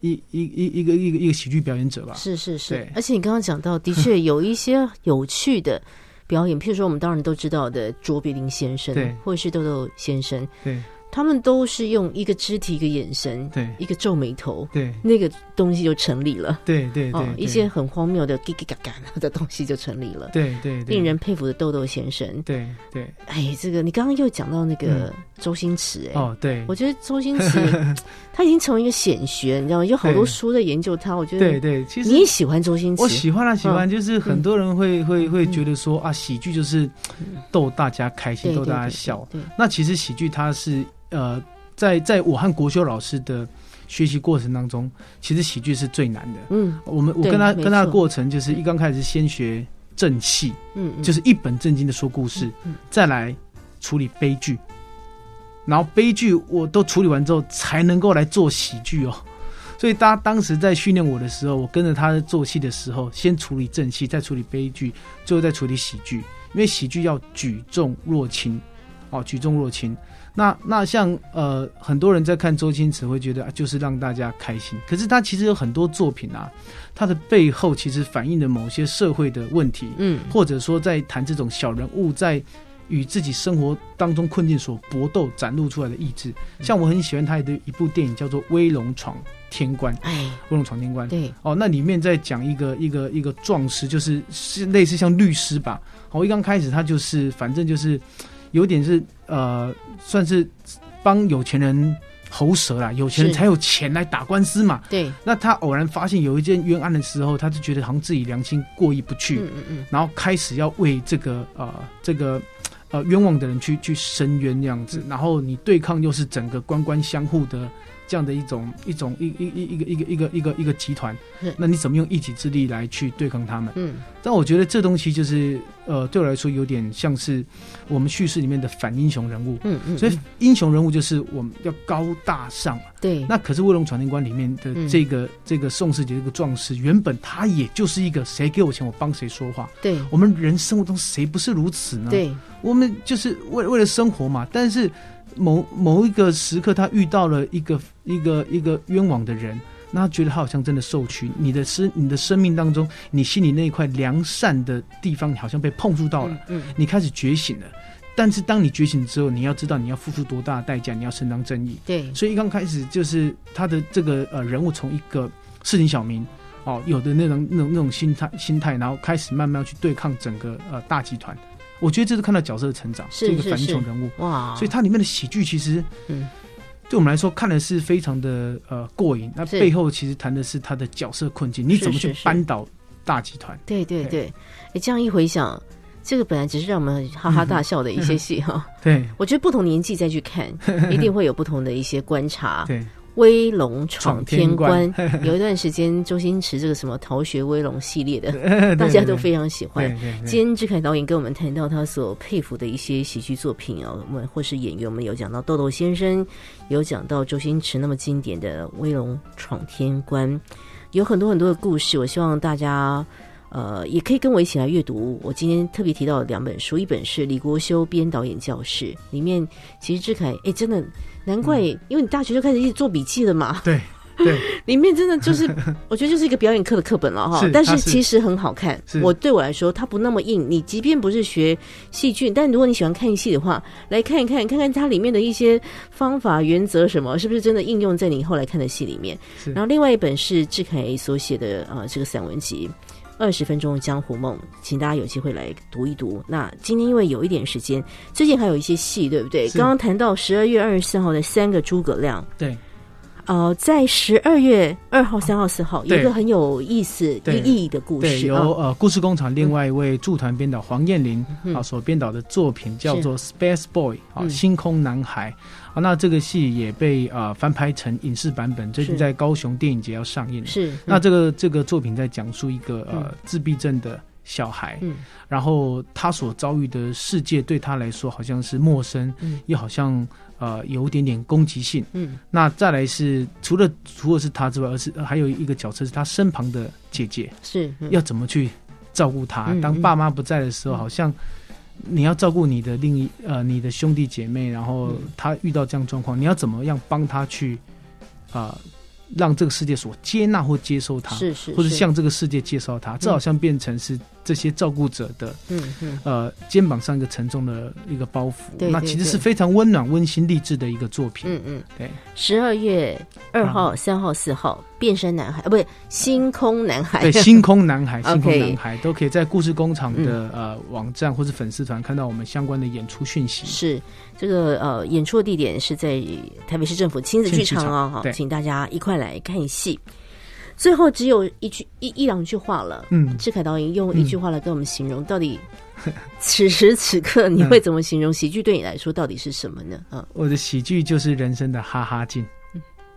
Speaker 3: 一一一一个一个一个喜剧表演者吧
Speaker 2: 嗯，。是是是
Speaker 3: 对，
Speaker 2: 而且你刚刚讲到，的确有一些有趣的。表演，譬如说我们当然都知道的卓别林先生
Speaker 3: 对，
Speaker 2: 或者是豆豆先生，
Speaker 3: 对
Speaker 2: 他们都是用一个肢体、一个眼神、
Speaker 3: 对
Speaker 2: 一个皱眉头，
Speaker 3: 对
Speaker 2: 那个东西就成立了。
Speaker 3: 对对对，
Speaker 2: 哦，
Speaker 3: 对
Speaker 2: 一些很荒谬的叽叽嘎嘎的东西就成立了，
Speaker 3: 对对对
Speaker 2: 令人佩服的豆豆先生。
Speaker 3: 对对
Speaker 2: 哎，这个你刚刚又讲到那个周星驰、哎、
Speaker 3: 嗯哦对
Speaker 2: 我觉得周星
Speaker 3: *laughs*
Speaker 2: 驰他已经成为一个显学，你知道吗？有好多
Speaker 3: 对
Speaker 2: 书在研究他。我觉
Speaker 3: 对
Speaker 2: 得
Speaker 3: 对，其实
Speaker 2: 你也喜欢嗯周星驰，
Speaker 3: 我喜欢啊，喜欢，就是很多人会会
Speaker 2: 嗯
Speaker 3: 会觉得说啊，喜剧就是逗大家开
Speaker 2: 对嗯
Speaker 3: 心，
Speaker 2: 对
Speaker 3: 逗
Speaker 2: 对
Speaker 3: 大家笑。
Speaker 2: 对，对
Speaker 3: 那其实喜剧它是呃，在在我和国修老师的学习过程当中，其实喜剧是最难的。
Speaker 2: 嗯
Speaker 3: 我们我
Speaker 2: 对
Speaker 3: 跟他
Speaker 2: 没错
Speaker 3: 跟他的过程就是一刚开始先学正戏，
Speaker 2: 嗯，嗯
Speaker 3: 就是一本正经的说故事
Speaker 2: 嗯嗯，
Speaker 3: 再来处理悲剧，然后悲剧我都处理完之后，才能够来做喜剧哦。所以大家当时在训练我的时候，我跟着他做戏的时候，先处理正戏，再处理悲剧，最后再处理喜剧，因为喜剧要举重若轻，哦，举重若轻。那那像呃，很多人在看周星驰会觉得、啊、就是让大家开心，可是他其实有很多作品啊，他的背后其实反映了某些社会的问题，
Speaker 2: 嗯
Speaker 3: 或者说在谈这种小人物在与自己生活当中困境所搏斗展露出来的意志。像我很喜欢他的一部电影叫做《威龙闯天关》，《
Speaker 2: 哎
Speaker 3: 威龙闯天关》
Speaker 2: 对
Speaker 3: 哦，那里面在讲一个一个一个壮士，就是是类似像律师吧。哦，一刚开始他就是反正就是有点是呃，算是帮有钱人喉舌啦，有钱人
Speaker 2: 是
Speaker 3: 才有钱来打官司嘛。
Speaker 2: 对
Speaker 3: 那他偶然发现有一件冤案的时候，他就觉得好像自己良心过意不去，
Speaker 2: 嗯嗯嗯
Speaker 3: 然后开始要为这个呃这个呃冤枉的人去去伸冤这样子，
Speaker 2: 嗯
Speaker 3: 然后你对抗又是整个官官相护的这样的一种一种一一一一个一个一个一个一个集团
Speaker 2: 是，
Speaker 3: 那你怎么用一己之力来去对抗他们？
Speaker 2: 嗯
Speaker 3: 但我觉得这东西就是呃，对我来说有点像是我们叙事里面的反英雄人物。
Speaker 2: 嗯嗯，
Speaker 3: 所以
Speaker 2: 嗯
Speaker 3: 英雄人物就是我们要高大上嘛。
Speaker 2: 对，
Speaker 3: 那可是《卧龙闯天关》里面的
Speaker 2: 嗯
Speaker 3: 这个、这个宋世杰这个壮士，原本他也就是一个谁给我钱我帮谁说话。
Speaker 2: 对
Speaker 3: 我们人生活中谁不是如此呢？，
Speaker 2: 对
Speaker 3: 我们就是为为了生活嘛。但是某某一个时刻，他遇到了一个一个一个冤枉的人，那他觉得他好像真的受屈。你的生你的生命当中，你心里那一块良善的地方，你好像被碰触到了，
Speaker 2: 嗯，嗯，
Speaker 3: 你开始觉醒了。但是当你觉醒之后，你要知道你要付出多大的代价，你要伸张正义。
Speaker 2: 对
Speaker 3: 所以一刚开始就是他的这个呃人物从一个市井小民哦，有的那种那种那种心态心态，然后开始慢慢去对抗整个呃大集团。我觉得这是看到角色的成长，
Speaker 2: 是
Speaker 3: 一个
Speaker 2: 是
Speaker 3: 反英雄
Speaker 2: 是
Speaker 3: 人物。
Speaker 2: 哇，
Speaker 3: 所以它里面的喜剧其实，
Speaker 2: 嗯
Speaker 3: 对我们来说看的是非常的呃过瘾。那
Speaker 2: 是
Speaker 3: 背后其实谈的是他的角色困境，你
Speaker 2: 是
Speaker 3: 怎么
Speaker 2: 是
Speaker 3: 去
Speaker 2: 是
Speaker 3: 扳倒大集团？
Speaker 2: 对对
Speaker 3: 对
Speaker 2: 对，哎，这样一回想，这个本来只是让我们哈哈大笑的一
Speaker 3: *laughs*
Speaker 2: 些戏哈、
Speaker 3: 对
Speaker 2: 我觉得不同年纪再去
Speaker 3: *laughs*
Speaker 2: 看，一定会有不同的一些观察。
Speaker 3: 对，
Speaker 2: 威龙闯天关
Speaker 3: 闯，
Speaker 2: 有一段时间周星驰这个什么逃学威龙系列的，
Speaker 3: *laughs* 对
Speaker 2: 大家都
Speaker 3: 对
Speaker 2: 非常喜欢
Speaker 3: 对。对对
Speaker 2: 今天志凯导演跟我们谈到他所佩服的一些喜剧作品啊，我们或是演员，我们有讲到豆豆先生，有讲到周星驰那么经典的《威龙闯天关》，有很多很多的故事。我希望大家。呃，也可以跟我一起来阅读。我今天特别提到两本书，一本是李国修编导演教室，里面其实志凯，哎，真的难怪，因为你大学就开始一直做笔记了嘛，
Speaker 3: 对对
Speaker 2: *laughs* 里面真的
Speaker 3: *laughs*
Speaker 2: 就是，我觉得就是一个表演课的课本了哈
Speaker 3: 是。
Speaker 2: 但
Speaker 3: 它
Speaker 2: 是
Speaker 3: 是
Speaker 2: 其实很好看。
Speaker 3: 是
Speaker 2: 我对我来说，它不那么硬。你即便不是学戏剧，但如果你喜欢看戏的话，来看一看，看看它里面的一些方法、原则什么，是不是真的应用在你后来看的戏里面
Speaker 3: 是。
Speaker 2: 然后另外一本是志凯所写的啊、呃这个散文集。二十分钟的江湖梦，请大家有机会来读一读。那今天因为有一点时间，最近还有一些戏，对不对？
Speaker 3: 是
Speaker 2: 刚刚谈到十二月二十四号的三个诸葛亮，
Speaker 3: 对
Speaker 2: 呃，在十二月二号、三号、四号有一个很有意思、有
Speaker 3: 对
Speaker 2: 意义的故
Speaker 3: 对，
Speaker 2: 事
Speaker 3: 由
Speaker 2: 啊。
Speaker 3: 呃故事工厂另外一位驻团编导黄燕玲
Speaker 2: 嗯
Speaker 3: 啊所编导的作品叫做《Space Boy》啊，
Speaker 2: 嗯
Speaker 3: 星空男孩啊，那这个戏也被啊翻拍成影视版本，最近
Speaker 2: 是
Speaker 3: 在高雄电影节要上映了。
Speaker 2: 是
Speaker 3: 那这个这个作品在讲述一个
Speaker 2: 嗯
Speaker 3: 呃自闭症的小孩，
Speaker 2: 嗯
Speaker 3: 然后他所遭遇的世界对他来说好像是陌生
Speaker 2: 嗯，
Speaker 3: 又好像呃有点点攻击性。
Speaker 2: 嗯
Speaker 3: 那再来是除了除了是他之外，而是呃还有一个角色是他身旁的姐姐，
Speaker 2: 是嗯
Speaker 3: 要怎么去照顾他
Speaker 2: 嗯。
Speaker 3: 当爸妈不在的时候，
Speaker 2: 嗯
Speaker 3: 好像你要照顾你的另一呃你的兄弟姐妹，然后
Speaker 2: 嗯
Speaker 3: 他遇到这样状况，你要怎么样帮他去啊、让这个世界所接纳或接受他，
Speaker 2: 是是，
Speaker 3: 或者
Speaker 2: 是
Speaker 3: 向这个世界介绍他，这好像变成是这些照顾者的
Speaker 2: 嗯嗯
Speaker 3: 呃肩膀上一个沉重的一个包袱。
Speaker 2: 对
Speaker 3: 那
Speaker 2: 对
Speaker 3: 其实
Speaker 2: 对
Speaker 3: 是非常温暖、温馨、励志的一个作品。
Speaker 2: 嗯嗯，
Speaker 3: 对，
Speaker 2: 十二月二号、三号、四号，变身男孩啊，不是星空男孩
Speaker 3: 对，，星空男孩，星空
Speaker 2: OK 嗯
Speaker 3: 男孩都可以在故事工厂的、呃网站或是粉丝团看到我们相关的演出讯
Speaker 2: *laughs*
Speaker 3: 息。
Speaker 2: 是这个呃，演出的地点是在呃台北市政府亲子剧场啊，
Speaker 3: 亲子剧场对
Speaker 2: 请大家一块来看戏。最后只有一句一一两句话了，
Speaker 3: 嗯，
Speaker 2: 志凯导演用一句话来跟我们形容，到底此时此刻
Speaker 3: 嗯
Speaker 2: 你会怎么形容喜剧对你来说到底是什么呢？啊，
Speaker 3: 我的喜剧就是人生的哈哈镜。
Speaker 2: 嗯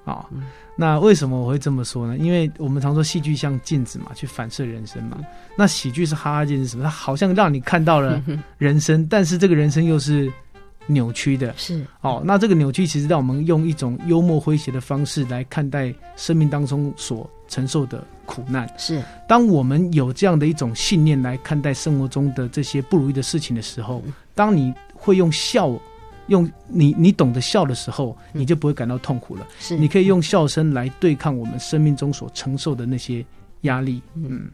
Speaker 3: 哦，那为什么我会这么说呢？因为我们常说戏剧像镜子嘛，去反射人生嘛。
Speaker 2: 嗯
Speaker 3: 那喜剧是哈哈镜是什么？它好像让你看到了人生，但是这个人生又是扭曲的。
Speaker 2: 是
Speaker 3: 哦，那这个扭曲其实让我们用一种幽默诙谐的方式来看待生命当中所承受的苦难。
Speaker 2: 是，
Speaker 3: 当我们有这样的一种信念来看待生活中的这些不如意的事情的时
Speaker 2: 嗯
Speaker 3: 候，当你会用笑，用你你懂得笑的时候，
Speaker 2: 嗯
Speaker 3: 你就不会感到痛苦了。
Speaker 2: 是
Speaker 3: 你可以用笑声来对抗我们生命中所承受的那些压力。嗯，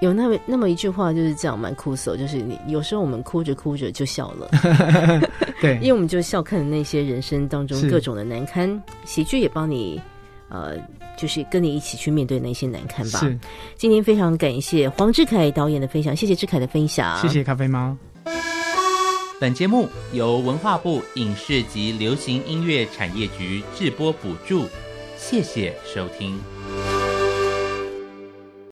Speaker 2: 有那么那么一句话就是这样蛮酷手，就是你有时候我们哭着哭着就笑
Speaker 3: *laughs*
Speaker 2: 了，因
Speaker 3: 对
Speaker 2: 为我们就笑看那些人生当中
Speaker 3: 是
Speaker 2: 各种的难堪，喜剧也帮你呃，就是跟你一起去面对那些难堪吧。
Speaker 3: 是，
Speaker 2: 今天非常感谢黄志凯导演的分享，谢谢志凯的分享，
Speaker 3: 谢谢咖啡猫。
Speaker 4: 本节目由文化部影视及流行音乐产业局制播补助，谢谢收听。